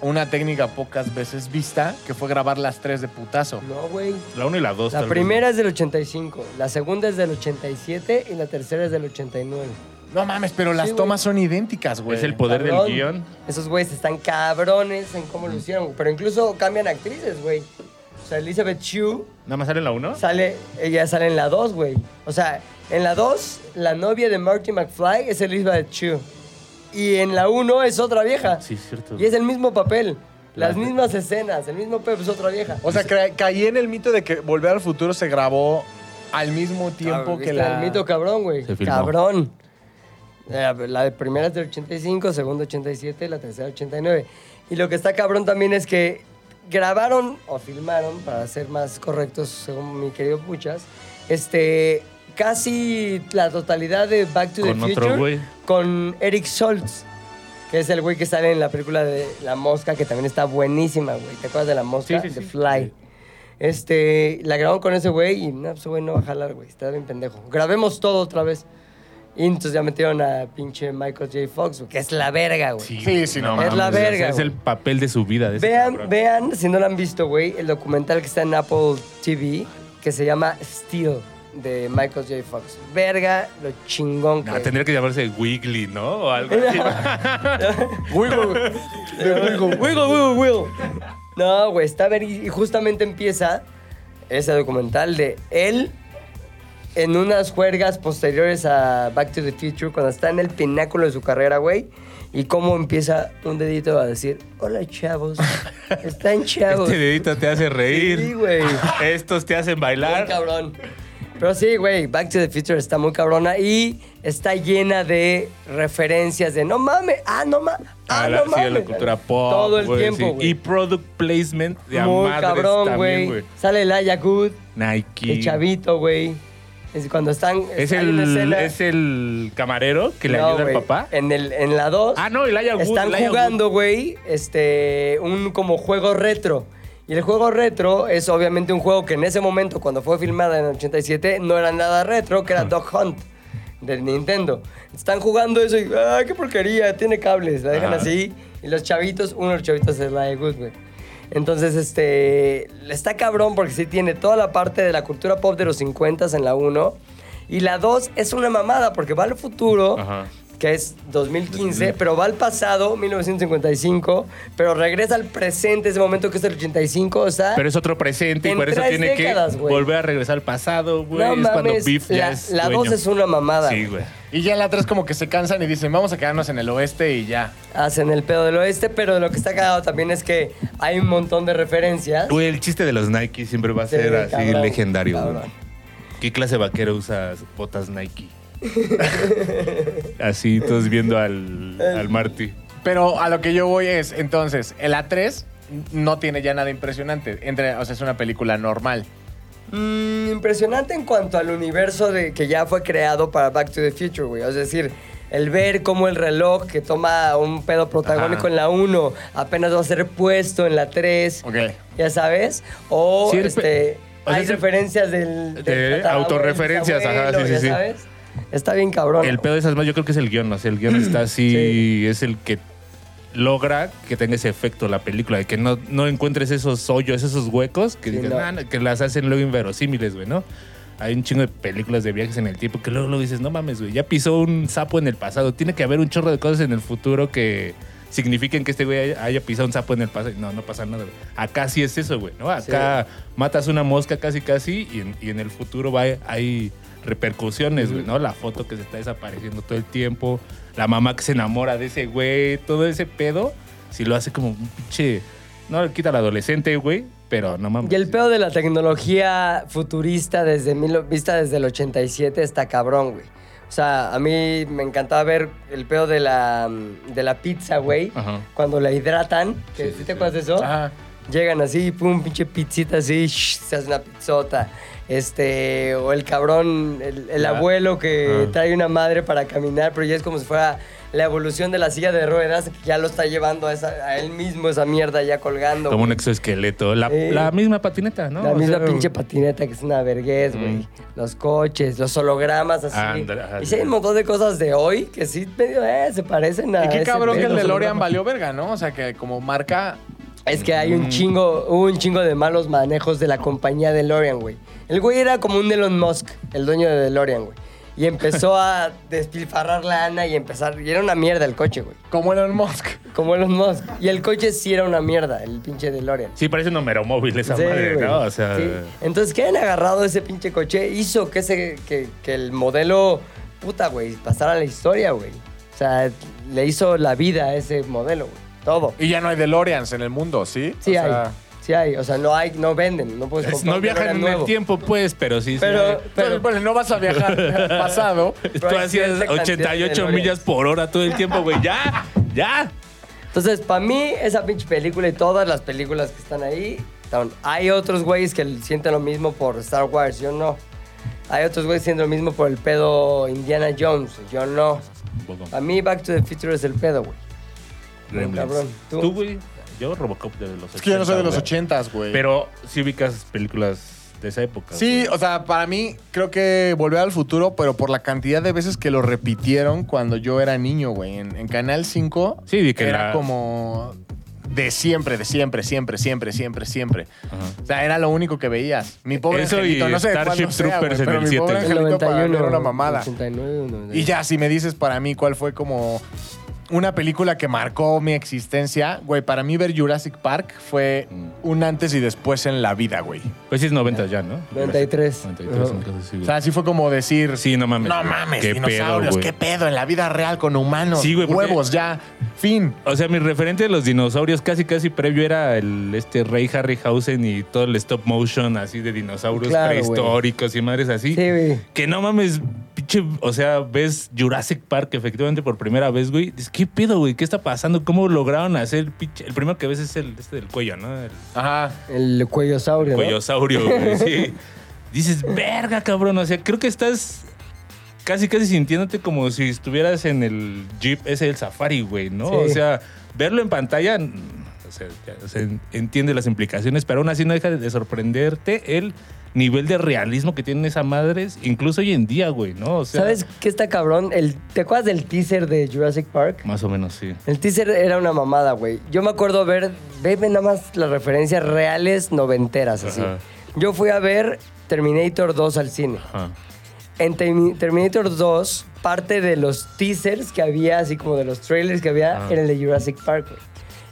[SPEAKER 5] una técnica pocas veces vista, que fue grabar las tres de putazo.
[SPEAKER 4] No, güey.
[SPEAKER 3] La 1 y la 2.
[SPEAKER 4] La primera es del 85, la segunda es del 87 y la tercera es del 89.
[SPEAKER 5] No mames, pero las
[SPEAKER 4] Sí, güey.
[SPEAKER 5] tomas son idénticas, güey.
[SPEAKER 3] Es el poder del
[SPEAKER 4] Cabrón.
[SPEAKER 3] guión.
[SPEAKER 4] Esos güeyes están cabrones en cómo lo hicieron, pero incluso cambian actrices, güey. O O sea, Elizabeth Chu
[SPEAKER 3] Nada más sale en la 1.
[SPEAKER 4] sale, ella sale en la 2, güey. O sea, en la 2, la novia de Marty McFly es Elizabeth Chu. Y en la 1 es otra vieja.
[SPEAKER 3] Sí, es cierto.
[SPEAKER 4] Y es el mismo papel, las
[SPEAKER 3] Claro.
[SPEAKER 4] mismas escenas, el mismo pedo, es otra vieja.
[SPEAKER 5] O sea, cre- caí en el mito de que Volver al Futuro se grabó al mismo tiempo
[SPEAKER 4] Ah,
[SPEAKER 5] que
[SPEAKER 4] ¿viste
[SPEAKER 5] la...
[SPEAKER 4] El mito cabrón, güey.
[SPEAKER 3] Se filmó.
[SPEAKER 4] Cabrón. La, la primera es del 85, segunda 87, la tercera 89. Y lo que está cabrón también es que grabaron o filmaron, para ser más correctos, según mi querido Puchas, este, casi la totalidad de Back to
[SPEAKER 3] Con
[SPEAKER 4] the
[SPEAKER 3] otro
[SPEAKER 4] Future
[SPEAKER 3] güey.
[SPEAKER 4] con Eric Schultz, que es el güey que sale en la película de La Mosca, que también está buenísima, güey. ¿Te acuerdas de La Mosca?
[SPEAKER 3] Sí, sí,
[SPEAKER 4] The
[SPEAKER 3] sí.
[SPEAKER 4] Fly.
[SPEAKER 3] Sí.
[SPEAKER 4] Este, la grabamos con ese güey y no, ese güey no va a jalar, güey. Está bien pendejo. Grabemos todo otra vez. Y entonces ya metieron a pinche Michael J. Fox, güey, que es la verga, güey.
[SPEAKER 5] Sí, sí, no
[SPEAKER 4] mames. Es la
[SPEAKER 3] o sea,
[SPEAKER 4] verga,
[SPEAKER 3] Es el
[SPEAKER 4] güey.
[SPEAKER 3] papel de su vida. de ese
[SPEAKER 4] Vean,
[SPEAKER 3] cabrón.
[SPEAKER 4] vean, si no lo han visto, güey, el documental que está en Apple TV, que se llama Steel, de Michael J. Fox. Verga, lo chingón que...
[SPEAKER 3] No, tendría que llamarse Wiggly, ¿no? O algo
[SPEAKER 4] [LAUGHS]
[SPEAKER 3] así.
[SPEAKER 4] Wiggle, wiggle, wiggle, wiggle. No, güey, está ver y justamente empieza ese documental de él en unas juergas posteriores a Back to the Future cuando está en el pináculo de su carrera, güey. Y cómo empieza un dedito a decir, hola chavos, están chavos.
[SPEAKER 3] Este dedito te hace reír.
[SPEAKER 4] Sí, güey.
[SPEAKER 3] Estos te hacen
[SPEAKER 4] Muy
[SPEAKER 3] bailar.
[SPEAKER 4] cabrón. Pero sí, güey, Back to the Future está muy cabrona y está llena de referencias de no mames, ah, no mames, ah,
[SPEAKER 3] A la,
[SPEAKER 4] no
[SPEAKER 3] sí, a la
[SPEAKER 4] mames.
[SPEAKER 3] cultura pop.
[SPEAKER 4] Todo el
[SPEAKER 3] güey,
[SPEAKER 4] tiempo,
[SPEAKER 3] sí.
[SPEAKER 4] güey.
[SPEAKER 3] Y product placement de a
[SPEAKER 4] Muy
[SPEAKER 3] madres
[SPEAKER 4] cabrón,
[SPEAKER 3] también,
[SPEAKER 4] güey. Sale el Ayacud,
[SPEAKER 3] Nike.
[SPEAKER 4] el chavito, güey. Es cuando están.
[SPEAKER 3] Es
[SPEAKER 4] hay una
[SPEAKER 3] el,
[SPEAKER 4] escena-
[SPEAKER 3] es el camarero que le
[SPEAKER 4] No,
[SPEAKER 3] ayuda al
[SPEAKER 4] güey,
[SPEAKER 3] papá.
[SPEAKER 4] En, el, en la 2.
[SPEAKER 3] Ah, no, el Elijah Wood,
[SPEAKER 4] Están
[SPEAKER 3] Elijah
[SPEAKER 4] jugando, güey, este, un como juego retro. Y el juego retro es obviamente un juego que en ese momento, cuando fue filmada en el 87, no era nada retro, que era Dog Hunt del Nintendo. Están jugando eso y, ¡ah, qué porquería! Tiene cables, la dejan
[SPEAKER 3] Ajá.
[SPEAKER 4] así. Y los chavitos, uno de los chavitos es la de Good, güey. Entonces, este, está cabrón porque sí tiene toda la parte de la cultura pop de los 50s en la 1. Y la 2 es una mamada porque va al futuro
[SPEAKER 3] Ajá.
[SPEAKER 4] que es 2015, pero va al pasado, 1955, pero regresa al presente, ese momento que es el 85, o sea...
[SPEAKER 3] Pero es otro presente y
[SPEAKER 4] En
[SPEAKER 3] por eso
[SPEAKER 4] tres
[SPEAKER 3] tiene
[SPEAKER 4] décadas,
[SPEAKER 3] que
[SPEAKER 4] güey.
[SPEAKER 3] volver a regresar al pasado, güey.
[SPEAKER 4] no
[SPEAKER 3] es cuando
[SPEAKER 4] mames,
[SPEAKER 3] Biff ya
[SPEAKER 4] la,
[SPEAKER 3] es
[SPEAKER 4] la
[SPEAKER 3] dueño.
[SPEAKER 4] 2 es una mamada.
[SPEAKER 3] Sí, güey.
[SPEAKER 5] Y ya en la 3 como que se cansan y dicen, vamos a quedarnos en el oeste y ya.
[SPEAKER 4] Hacen el pedo del oeste, pero lo que está cagado también es que hay un montón de referencias.
[SPEAKER 3] Güey, el chiste de los Nike siempre va a ser
[SPEAKER 4] Sí,
[SPEAKER 3] así
[SPEAKER 4] cabrón,
[SPEAKER 3] legendario, güey.
[SPEAKER 4] cabrón.
[SPEAKER 3] ¿Qué clase de vaquero usa botas Nike? [LAUGHS] así, todos viendo al, al Marty.
[SPEAKER 5] Pero a lo que yo voy es, entonces, el A3 no tiene ya nada impresionante. Entre, o sea, es una película normal.
[SPEAKER 4] Mm, impresionante en cuanto al universo de, que ya fue creado para Back to the Future, güey. Es decir, el ver cómo el reloj que toma un pedo protagónico
[SPEAKER 3] Ajá.
[SPEAKER 4] en la 1 apenas va a ser puesto en la 3.
[SPEAKER 5] Ok.
[SPEAKER 4] ya sabes, o
[SPEAKER 3] Sí, el pe-
[SPEAKER 4] este,
[SPEAKER 3] o sea,
[SPEAKER 4] hay
[SPEAKER 3] ese-
[SPEAKER 4] referencias del, del
[SPEAKER 3] de
[SPEAKER 4] tatarabuelo,
[SPEAKER 3] autorreferencias, ajá,
[SPEAKER 4] bisabuelo,
[SPEAKER 3] sí, sí,
[SPEAKER 4] ya
[SPEAKER 3] sí.
[SPEAKER 4] sabes. Está bien cabrón.
[SPEAKER 3] El pedo de esas más, yo creo que es el guión, ¿no? O sea, el
[SPEAKER 4] [CLEARS THROAT]
[SPEAKER 3] guión está así,
[SPEAKER 4] Sí.
[SPEAKER 3] es el que logra que tenga ese efecto la película, de que no, no encuentres esos hoyos, esos huecos que,
[SPEAKER 4] Sí,
[SPEAKER 3] dices,
[SPEAKER 4] no.
[SPEAKER 3] "Ah, no", que las hacen luego inverosímiles, güey, ¿no? Hay un chingo de películas de viajes en el tiempo que luego, luego dices, no mames, güey, ya pisó un sapo en el pasado. Tiene que haber un chorro de cosas en el futuro que signifiquen que este güey haya, haya pisado un sapo en el pasado. No, no pasa nada, güey. Acá sí es eso, güey, ¿no? Acá matas una mosca casi, casi y en, y en el futuro va, hay repercusiones, güey, ¿no? La foto que se está desapareciendo todo el tiempo, la mamá que se enamora de ese güey, todo ese pedo, si lo hace como un pinche... No le quita al adolescente, güey, pero no mames.
[SPEAKER 4] y el pedo de la tecnología futurista desde mil- vista desde el 87 está cabrón, güey. O sea, a mí me encantaba ver el pedo de la, mm, de la pizza, güey.
[SPEAKER 3] Ajá.
[SPEAKER 4] Cuando la hidratan. que-
[SPEAKER 3] Sí,
[SPEAKER 4] ¿sí
[SPEAKER 3] sí,
[SPEAKER 4] ¿Te
[SPEAKER 3] sí.
[SPEAKER 4] acuerdas de eso?
[SPEAKER 5] Ajá.
[SPEAKER 4] Llegan así, pum, pinche pizzita así, shh, se hace una pizzota. Este, o el cabrón, el, el abuelo que
[SPEAKER 3] Ah.
[SPEAKER 4] trae una madre para caminar, pero ya es como si fuera la evolución de la silla de ruedas, que ya lo está llevando a, esa- a él mismo esa mierda ya colgando.
[SPEAKER 3] Como un
[SPEAKER 4] güey.
[SPEAKER 3] exoesqueleto. La,
[SPEAKER 4] Eh.
[SPEAKER 3] la misma patineta, ¿no?
[SPEAKER 4] la
[SPEAKER 3] O
[SPEAKER 4] misma
[SPEAKER 3] sea,
[SPEAKER 4] pinche patineta que es una vergüenza, güey. Los coches, los hologramas así.
[SPEAKER 3] Ándale, ajá,
[SPEAKER 4] y sí hay un montón de cosas de hoy que sí medio, eh, se parecen a
[SPEAKER 5] Y qué
[SPEAKER 4] ese
[SPEAKER 5] cabrón que
[SPEAKER 4] pedo,
[SPEAKER 5] el DeLorean
[SPEAKER 4] holograma.
[SPEAKER 5] valió verga, ¿no? O sea, que como marca...
[SPEAKER 4] Es que hay
[SPEAKER 3] Mm.
[SPEAKER 4] un chingo, hubo un chingo de malos manejos de la compañía DeLorean, güey. El güey era como un Elon Musk, el dueño de DeLorean, güey. Y
[SPEAKER 3] [LAUGHS]
[SPEAKER 4] empezó a despilfarrar la lana y empezar. Y era una mierda el coche, güey.
[SPEAKER 5] Como Elon Musk.
[SPEAKER 4] Como Elon Musk. Y el coche sí era una mierda, el pinche DeLorean.
[SPEAKER 3] Sí, parece un homeromóvil esa
[SPEAKER 4] Sí,
[SPEAKER 3] madre,
[SPEAKER 4] güey.
[SPEAKER 3] ¿no? O sea.
[SPEAKER 4] Sí. Entonces, que hayan agarrado ese pinche coche hizo que, ese, que, que el modelo, puta, güey, pasara a la historia, güey. O sea, le hizo la vida a ese modelo, güey. Todo.
[SPEAKER 5] Y ya no hay DeLoreans en el mundo, ¿sí?
[SPEAKER 4] Sí
[SPEAKER 5] O
[SPEAKER 4] hay.
[SPEAKER 5] sea,
[SPEAKER 4] Sí hay. O sea, no hay, no venden. No puedes
[SPEAKER 3] es-
[SPEAKER 4] comprar
[SPEAKER 3] no
[SPEAKER 4] un
[SPEAKER 3] viajan
[SPEAKER 4] DeLorean
[SPEAKER 3] en el
[SPEAKER 4] nuevo.
[SPEAKER 3] tiempo, pues, pero sí. sí.
[SPEAKER 4] [LAUGHS] Pero,
[SPEAKER 5] Pero,
[SPEAKER 4] pero,
[SPEAKER 5] bueno, no vas a viajar al pasado.
[SPEAKER 3] Tú
[SPEAKER 4] hay
[SPEAKER 3] hacías
[SPEAKER 4] cierta cantidad de
[SPEAKER 3] 88
[SPEAKER 4] DeLoreans.
[SPEAKER 3] millas por hora todo el tiempo, güey. ¡Ya! ¡Ya!
[SPEAKER 4] Ah, Entonces, para mí, esa pinche película y todas las películas que están ahí, están- hay otros güeyes que sienten lo mismo por Star Wars, yo no. Hay otros güeyes que sienten lo mismo por el pedo Indiana Jones, yo no.
[SPEAKER 3] Un poco.
[SPEAKER 4] Para mí, Back to the Future es el pedo, güey.
[SPEAKER 3] Gremlins.
[SPEAKER 4] cabrón. ¿Tú?
[SPEAKER 3] ¿Tú, güey? Yo, Robocop de los 80.
[SPEAKER 5] Es que yo no soy de los
[SPEAKER 3] güey.
[SPEAKER 5] ochentas, güey.
[SPEAKER 3] Pero sí ubicas películas de esa época.
[SPEAKER 5] Sí,
[SPEAKER 3] güey.
[SPEAKER 5] o sea, para mí creo que Volver al Futuro, pero por la cantidad de veces que lo repitieron cuando yo era niño, güey. En, en Canal 5
[SPEAKER 3] Sí, de que
[SPEAKER 5] era
[SPEAKER 3] la-
[SPEAKER 5] como de siempre, de siempre, siempre, siempre, siempre, siempre.
[SPEAKER 3] Ajá.
[SPEAKER 5] O sea, era lo único que veías. Mi pobre
[SPEAKER 3] Eso y
[SPEAKER 5] angelito, no sé de
[SPEAKER 3] Starship
[SPEAKER 5] cuándo sea, güey,
[SPEAKER 3] Troopers en
[SPEAKER 5] pero
[SPEAKER 3] el
[SPEAKER 5] mi pobre
[SPEAKER 3] 7.
[SPEAKER 5] angelito para mí era una mamada.
[SPEAKER 4] 89, 90.
[SPEAKER 5] Y ya, si me dices para mí cuál fue como una película que marcó mi existencia, güey, para mí ver Jurassic Park fue
[SPEAKER 3] Mm.
[SPEAKER 5] un antes y después en la vida, güey.
[SPEAKER 3] Pues sí, es 90 ya, ¿no?
[SPEAKER 4] 93.
[SPEAKER 3] 93,
[SPEAKER 4] Ajá.
[SPEAKER 3] una cosa así, güey.
[SPEAKER 5] O sea, así fue como decir...
[SPEAKER 3] Sí, no mames.
[SPEAKER 5] No
[SPEAKER 3] güey.
[SPEAKER 5] mames,
[SPEAKER 3] Qué
[SPEAKER 5] dinosaurios,
[SPEAKER 3] pedo,
[SPEAKER 5] qué
[SPEAKER 3] güey.
[SPEAKER 5] pedo en la vida real con humanos.
[SPEAKER 3] Sí, güey, porque-
[SPEAKER 5] Huevos, ya. Fin.
[SPEAKER 3] O sea, mi referente de los dinosaurios casi casi previo era el este Rey Harryhausen y todo el stop motion así de dinosaurios
[SPEAKER 4] Claro, güey.
[SPEAKER 3] prehistóricos y madres así.
[SPEAKER 4] Sí, güey.
[SPEAKER 3] Que no mames, pinche, o sea, ves Jurassic Park efectivamente por primera vez, güey. Dices, ¿qué pedo, güey? ¿Qué está pasando? ¿Cómo lograron hacer pinche? El primero que ves es el este del cuello, ¿no? El
[SPEAKER 5] Ajá.
[SPEAKER 4] El cuello saurio. ¿no? [LAUGHS]
[SPEAKER 3] cuellosaurio, güey. Sí. Dices, verga, cabrón. O sea, creo que estás casi, casi sintiéndote como si estuvieras en el Jeep ese del Safari, güey, ¿no?
[SPEAKER 4] Sí.
[SPEAKER 3] O sea, verlo en pantalla, mm, o sea, ya se entiende las implicaciones, pero aún así no deja de sorprenderte el nivel de realismo que tienen esas madres, incluso hoy en día, güey, ¿no? O sea,
[SPEAKER 4] ¿Sabes qué está cabrón? El, ¿Te acuerdas del teaser de Jurassic Park?
[SPEAKER 3] Más o menos, sí.
[SPEAKER 4] El teaser era una mamada, güey. Yo me acuerdo ver, ve ve nada más las referencias reales noventeras, así.
[SPEAKER 3] Ajá.
[SPEAKER 4] Yo fui a ver Terminator 2 al cine.
[SPEAKER 3] Ajá.
[SPEAKER 4] En Termi- Terminator 2, parte de los teasers que había, así como de los trailers que había,
[SPEAKER 3] Ajá.
[SPEAKER 4] era el de Jurassic Park, güey.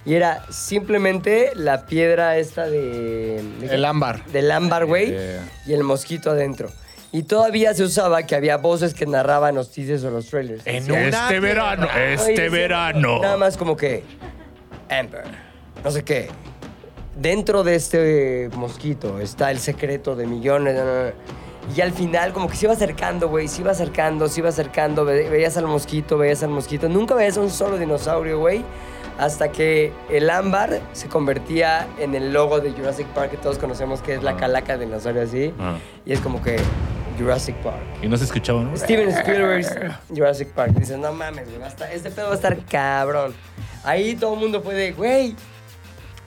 [SPEAKER 4] Y era simplemente la piedra esta de... de-
[SPEAKER 5] El ámbar.
[SPEAKER 4] Del ámbar, güey.
[SPEAKER 3] Yeah.
[SPEAKER 4] Y el mosquito adentro. Y todavía se usaba que había voces que narraban los teasers o los trailers.
[SPEAKER 5] En
[SPEAKER 4] Decía,
[SPEAKER 3] Este verano,
[SPEAKER 4] Oye,
[SPEAKER 3] este
[SPEAKER 4] sí,
[SPEAKER 3] verano.
[SPEAKER 4] Nada más como que. Amber. No sé qué. Dentro de este mosquito está el secreto de millones. na, na, na. Y al final, como que se iba acercando, güey. Se iba acercando, se iba acercando. ve- Veías al mosquito, veías al mosquito. Nunca veías un solo dinosaurio, güey. Hasta que el ámbar se convertía en el logo de Jurassic Park, que todos conocemos que es la calaca de dinosaurio así.
[SPEAKER 3] Ah.
[SPEAKER 4] Y es como que Jurassic Park.
[SPEAKER 3] Y no se escuchaba, ¿no?
[SPEAKER 4] Steven Spielberg's Jurassic Park. Dices, no mames, güey, va a estar- este pedo va a estar cabrón. Ahí todo el mundo fue de, güey,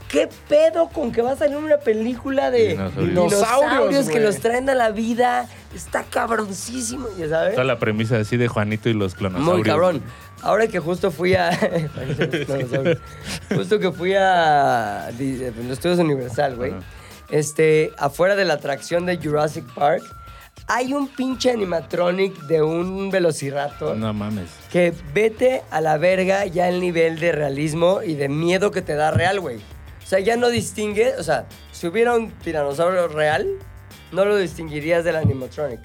[SPEAKER 4] ¿qué pedo con que va a salir una película de
[SPEAKER 3] Dinosaurios.
[SPEAKER 4] dinosaurios,
[SPEAKER 5] Dinosaurios,
[SPEAKER 4] que
[SPEAKER 5] güey.
[SPEAKER 4] los traen a la vida? Está cabroncísimo, ya sabes.
[SPEAKER 3] Toda la premisa así de Juanito y los clonosaurios.
[SPEAKER 4] Muy cabrón. Ahora que justo fui a. [LAUGHS] justo que fui a. di- eh, Los estudios Universal, güey.
[SPEAKER 3] Ajá.
[SPEAKER 4] Este, afuera de la atracción de Jurassic Park, hay un pinche animatronic de un velociraptor.
[SPEAKER 3] No mames.
[SPEAKER 4] Que vete a la verga ya el nivel de realismo y de miedo que te da real, güey. O sea, ya no distingue, o sea, si hubiera un tiranosaurio real, no lo distinguirías del animatronic.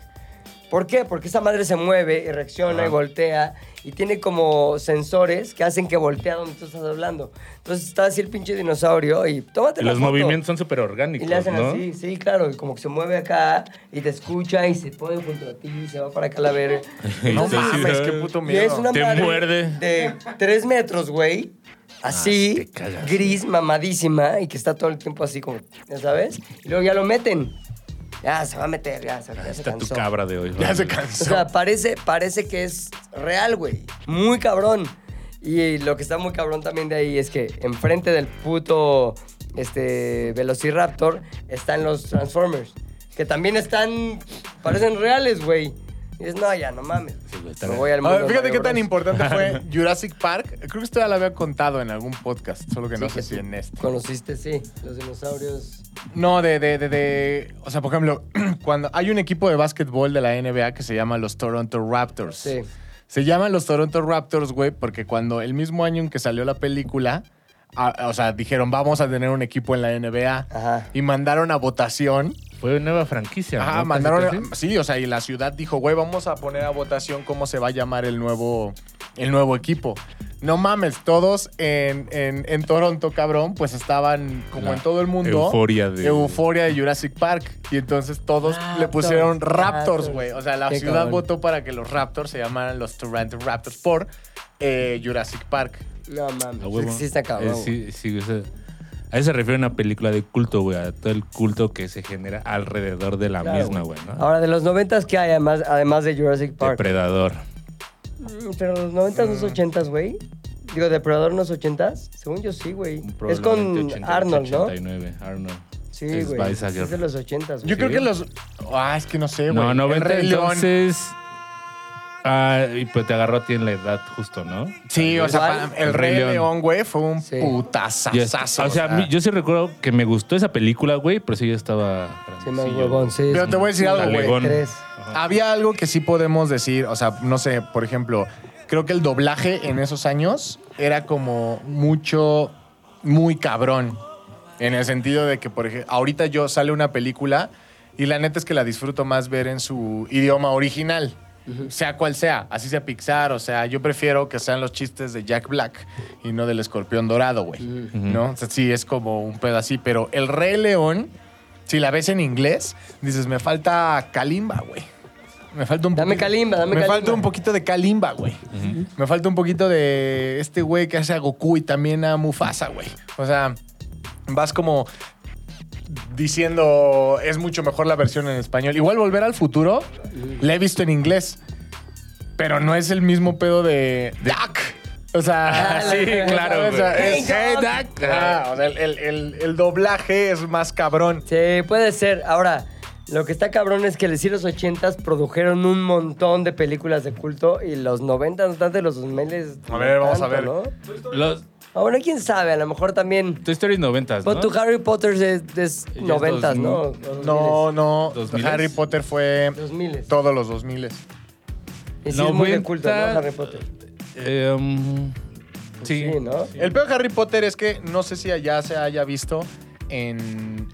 [SPEAKER 4] ¿Por qué? Porque esa madre se mueve y reacciona y voltea y tiene como sensores que hacen que voltea donde tú estás hablando. Entonces está así el pinche dinosaurio y tómate
[SPEAKER 3] Y
[SPEAKER 4] la
[SPEAKER 3] los
[SPEAKER 4] foto.
[SPEAKER 3] movimientos son súper orgánicos,
[SPEAKER 4] Y le hacen
[SPEAKER 3] ¿no?
[SPEAKER 4] así, sí, claro, y como que se mueve acá y te escucha y se pone junto a ti y se va para acá a la
[SPEAKER 3] [LAUGHS]
[SPEAKER 4] verga.
[SPEAKER 5] No
[SPEAKER 3] Entonces,
[SPEAKER 5] mames,
[SPEAKER 3] ¿no?
[SPEAKER 5] qué puto
[SPEAKER 4] Y es
[SPEAKER 5] miedo.
[SPEAKER 4] una
[SPEAKER 3] Te
[SPEAKER 4] madre
[SPEAKER 3] muerde. Ah,
[SPEAKER 4] De tres metros, güey. Así, gris, mamadísima, y que está todo el tiempo así como, ¿ya sabes? Y luego ya lo meten. Ya se va a meter, ya se, ya se
[SPEAKER 3] Está tu
[SPEAKER 4] cansó.
[SPEAKER 3] cabra de hoy.
[SPEAKER 5] Ya se
[SPEAKER 3] cansó.
[SPEAKER 4] O
[SPEAKER 5] cansó.
[SPEAKER 4] sea, parece, parece que es real, güey. Muy cabrón. Y lo que está muy cabrón también de ahí es que enfrente del puto este, Velociraptor están los Transformers. Que también están. parecen reales, güey. Y dices, no, ya, no mames.
[SPEAKER 3] güey, está
[SPEAKER 4] Me
[SPEAKER 3] bien.
[SPEAKER 4] voy al
[SPEAKER 5] A
[SPEAKER 4] mundo
[SPEAKER 5] ver, fíjate
[SPEAKER 4] de
[SPEAKER 5] qué tan
[SPEAKER 4] Bros.
[SPEAKER 3] [LAUGHS]
[SPEAKER 5] importante fue Jurassic Park. Creo que esto ya lo había contado en algún podcast, solo que no
[SPEAKER 4] Sí,
[SPEAKER 5] sé
[SPEAKER 4] que
[SPEAKER 5] si
[SPEAKER 4] tú
[SPEAKER 5] en este.
[SPEAKER 4] Conociste, sí, los dinosaurios.
[SPEAKER 5] No, de, de, de, de- O sea, [CLEARS THROAT] por ejemplo, cuando hay un equipo de básquetbol de la NBA que se llama los Toronto Raptors.
[SPEAKER 4] Sí.
[SPEAKER 5] Se llaman los Toronto Raptors, güey, porque cuando el mismo año en que salió la película, a- a- o sea, dijeron, vamos a tener un equipo en la NBA.
[SPEAKER 4] Ajá.
[SPEAKER 5] Y mandaron a votación.
[SPEAKER 3] Fue una nueva franquicia.
[SPEAKER 5] Ajá,
[SPEAKER 3] ¿no? Casi,
[SPEAKER 5] mandaron.
[SPEAKER 3] casi.
[SPEAKER 5] Sí, o sea, y la ciudad dijo, güey, vamos a poner a votación cómo se va a llamar el nuevo, el nuevo equipo. No mames, todos en, en- en Toronto, cabrón, pues estaban como
[SPEAKER 3] La
[SPEAKER 5] en todo el mundo.
[SPEAKER 3] Euforia de.
[SPEAKER 5] Euforia de Jurassic Park. Y entonces todos le pusieron Raptors,
[SPEAKER 4] Ah, Raptors.
[SPEAKER 5] güey. O sea, la
[SPEAKER 4] Qué
[SPEAKER 5] ciudad
[SPEAKER 4] cabrón.
[SPEAKER 5] votó para que los Raptors se llamaran los Toronto Raptors por eh, Jurassic Park.
[SPEAKER 4] No mames.
[SPEAKER 3] A huevo.
[SPEAKER 4] Es que sí está cabrón.
[SPEAKER 3] Eh,
[SPEAKER 4] güey.
[SPEAKER 3] sí, sí, o sea, a eso se refiere una película de culto, güey. A todo el culto que se genera alrededor de la
[SPEAKER 4] Claro,
[SPEAKER 3] misma, güey. ¿no?
[SPEAKER 4] Ahora, de los noventas, ¿qué hay además, además de Jurassic Park?
[SPEAKER 3] Depredador.
[SPEAKER 4] Mm, Pero los 90 no es 80, güey. Digo, Depredador no es 80. Según yo sí, güey. Es con
[SPEAKER 3] Probablemente 88,
[SPEAKER 4] Arnold, ¿no?
[SPEAKER 3] 89, Arnold.
[SPEAKER 4] Sí,
[SPEAKER 3] Es
[SPEAKER 4] güey.
[SPEAKER 3] Vice Girl.
[SPEAKER 4] Es de los 80,
[SPEAKER 5] Yo
[SPEAKER 4] güey.
[SPEAKER 3] ¿Sí?
[SPEAKER 5] creo que los. Ah, es que no sé, güey.
[SPEAKER 3] No,
[SPEAKER 5] El
[SPEAKER 3] 90,
[SPEAKER 5] Rey León.
[SPEAKER 3] entonces... Ah, y pues te agarró a ti en la edad justo, ¿no?
[SPEAKER 5] Sí, o sea,
[SPEAKER 4] ¿Cuál?
[SPEAKER 5] pa- el Rey
[SPEAKER 3] Rey León.
[SPEAKER 5] León, güey, fue un
[SPEAKER 4] Sí.
[SPEAKER 5] putazazazo.
[SPEAKER 3] Ya- o sea, a mí- yo sí recuerdo que me gustó esa película, güey, pero sí yo estaba...
[SPEAKER 4] Sí, más
[SPEAKER 3] grandecillo.
[SPEAKER 4] huevón, sí.
[SPEAKER 5] Pero te voy a decir algo, güey.
[SPEAKER 3] Talegón.
[SPEAKER 4] Tres.
[SPEAKER 5] Había algo que sí podemos decir, o sea, no sé, por ejemplo, creo que el doblaje en esos años era como mucho, muy cabrón. En el sentido de que, por ejemplo, ahorita yo sale una película y la neta es que la disfruto más ver en su idioma original. Sea cual sea, así sea Pixar, o sea, yo prefiero que sean los chistes de Jack Black y no del escorpión dorado, güey. ¿No? O sea, sí, es como un pedo así, pero el Rey León, si la ves en inglés, dices, me falta Kalimba, güey. Me falta un
[SPEAKER 4] Dame
[SPEAKER 5] poquito-
[SPEAKER 4] Kalimba, dame
[SPEAKER 5] Me
[SPEAKER 4] Kalimba.
[SPEAKER 5] falta un poquito de Kalimba, güey. Me falta un poquito de este güey que hace a Goku y también a Mufasa, güey. O sea, vas como diciendo es mucho mejor la versión en español. Igual Volver al Futuro la he visto en inglés, pero no es el mismo pedo de Duck. O sea,
[SPEAKER 4] Ah,
[SPEAKER 5] [LAUGHS]
[SPEAKER 4] sí,
[SPEAKER 3] claro,
[SPEAKER 5] O sea,
[SPEAKER 3] güey.
[SPEAKER 5] es-
[SPEAKER 4] Hey, Duck.
[SPEAKER 5] Hey, Duck. Ah, o sea, el, el- el- el doblaje es más cabrón.
[SPEAKER 4] Sí, puede ser. Ahora, lo que está cabrón es que los los 80 produjeron un montón de películas de culto y los 90 no tanto, y los 2000
[SPEAKER 5] A ver, vamos a ver.
[SPEAKER 3] Los,
[SPEAKER 4] Ahora, Ah, quién sabe, a lo mejor también.
[SPEAKER 3] tu historia es 90, ¿no?
[SPEAKER 4] Pon tu Harry Potter es de
[SPEAKER 3] es
[SPEAKER 4] 90,
[SPEAKER 3] 2000.
[SPEAKER 4] ¿no? Los
[SPEAKER 5] No, no.
[SPEAKER 3] 2000s.
[SPEAKER 5] Harry Potter fue
[SPEAKER 4] 2000.
[SPEAKER 5] todos los 2000.
[SPEAKER 4] Y sí es muy de
[SPEAKER 3] 90,
[SPEAKER 4] culto, ¿no? Harry Potter. Pues
[SPEAKER 3] Eh, um, sí.
[SPEAKER 4] Sí, ¿no?
[SPEAKER 5] El peor de Harry Potter es que no sé si allá se haya visto en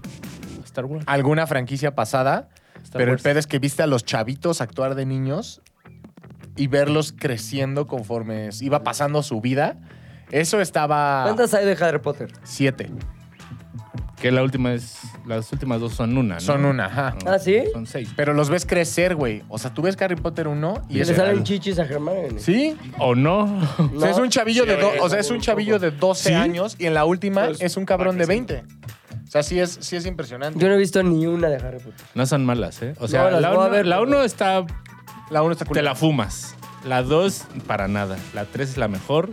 [SPEAKER 3] Star Wars. Ah,
[SPEAKER 5] alguna franquicia pasada,
[SPEAKER 3] Star
[SPEAKER 5] pero el
[SPEAKER 3] Wars.
[SPEAKER 5] pedo es que viste a los chavitos actuar de niños y verlos creciendo conforme iba pasando su vida. Eso estaba
[SPEAKER 4] ¿Cuántas hay de Harry Potter?
[SPEAKER 5] siete.
[SPEAKER 3] Que la última es. Las últimas dos son una, ¿no?
[SPEAKER 5] Son una, ajá.
[SPEAKER 4] Ah, ¿sí?
[SPEAKER 3] Son seis.
[SPEAKER 5] Pero los ves crecer, güey. O sea, tú ves Harry Potter 1 y
[SPEAKER 4] Que
[SPEAKER 5] es...
[SPEAKER 4] le salen chichis a Germán.
[SPEAKER 5] Sí.
[SPEAKER 3] ¿O no? [LAUGHS]
[SPEAKER 5] O sea, es un chavillo de do- o sea, es un chavillo de 12
[SPEAKER 3] ¿Sí? Pues,
[SPEAKER 5] años y en la última es un cabrón de 20. O sea, sí es, sí es impresionante.
[SPEAKER 4] Yo no he visto ni una de Harry Potter.
[SPEAKER 3] No son malas, ¿eh? O sea,
[SPEAKER 4] No, las
[SPEAKER 3] la,
[SPEAKER 4] voy a
[SPEAKER 3] uno,
[SPEAKER 4] ver,
[SPEAKER 3] la
[SPEAKER 4] pero-
[SPEAKER 3] uno está.
[SPEAKER 5] La 1 está
[SPEAKER 3] Te
[SPEAKER 5] culera.
[SPEAKER 3] la fumas. La dos, para nada. La tres es la mejor.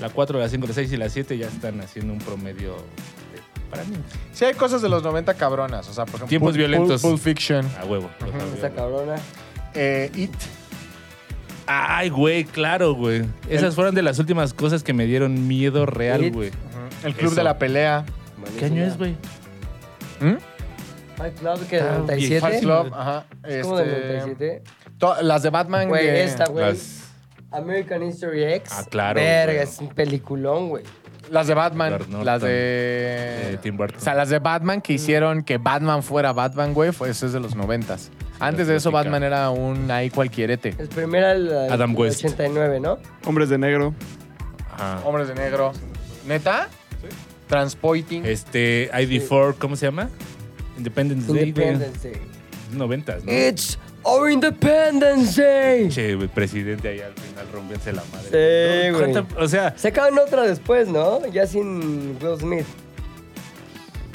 [SPEAKER 3] La cuatro, la cinco, la seis y la siete ya están haciendo un promedio. de- Para mí.
[SPEAKER 5] Sí hay cosas de los 90 cabronas. O sea, por ejemplo...
[SPEAKER 3] Tiempos
[SPEAKER 5] Pulp- Pulp-
[SPEAKER 3] violentos.
[SPEAKER 5] Pulp Fiction.
[SPEAKER 3] A huevo.
[SPEAKER 4] Esta cabrona.
[SPEAKER 5] eh, It.
[SPEAKER 3] Ay, güey, claro, güey. Esas fueron de las últimas cosas que me dieron miedo real,
[SPEAKER 4] It.
[SPEAKER 3] güey.
[SPEAKER 5] El Club
[SPEAKER 3] Eso.
[SPEAKER 5] de la Pelea.
[SPEAKER 3] ¿Qué año es, güey?
[SPEAKER 5] ¿Mm?
[SPEAKER 4] Fight Club, que es
[SPEAKER 3] Ah,
[SPEAKER 5] Fight
[SPEAKER 4] 97.
[SPEAKER 5] Club, ajá.
[SPEAKER 4] Es como del
[SPEAKER 5] Este,
[SPEAKER 4] 97.
[SPEAKER 5] to- las de Batman.
[SPEAKER 4] Güey,
[SPEAKER 5] de-
[SPEAKER 4] esta, güey.
[SPEAKER 3] Las.
[SPEAKER 4] American History X.
[SPEAKER 3] Ah, claro,
[SPEAKER 4] Verga,
[SPEAKER 3] güey.
[SPEAKER 4] es un peliculón, güey.
[SPEAKER 5] Las de Batman.
[SPEAKER 3] Edward Norton.
[SPEAKER 5] las de...
[SPEAKER 3] Eh, Tim Burton.
[SPEAKER 5] O sea, las de Batman
[SPEAKER 4] Mm.
[SPEAKER 5] que hicieron que Batman fuera Batman, güey, fue, eso es de los noventas. Antes de eso,
[SPEAKER 3] clásica.
[SPEAKER 5] Batman era un ahí cualquierete.
[SPEAKER 4] Es primera el, el
[SPEAKER 3] Adam West.
[SPEAKER 4] 89, ¿no?
[SPEAKER 2] [LAUGHS] Hombres de negro.
[SPEAKER 3] Ajá.
[SPEAKER 5] Hombres de negro. ¿Neta? Sí. Transpoiting.
[SPEAKER 3] Este, ID4, ¿cómo se llama? Independence Day, güey.
[SPEAKER 4] Independence Eh. Day.
[SPEAKER 3] 90, ¿no?
[SPEAKER 4] It's our Independence Day.
[SPEAKER 3] Che, güey, presidente ahí al final rompiéndose la madre.
[SPEAKER 4] Sí,
[SPEAKER 3] No,
[SPEAKER 4] güey.
[SPEAKER 3] cuánta- O sea,
[SPEAKER 4] Sacaban otra después, ¿no? Ya sin Will Smith.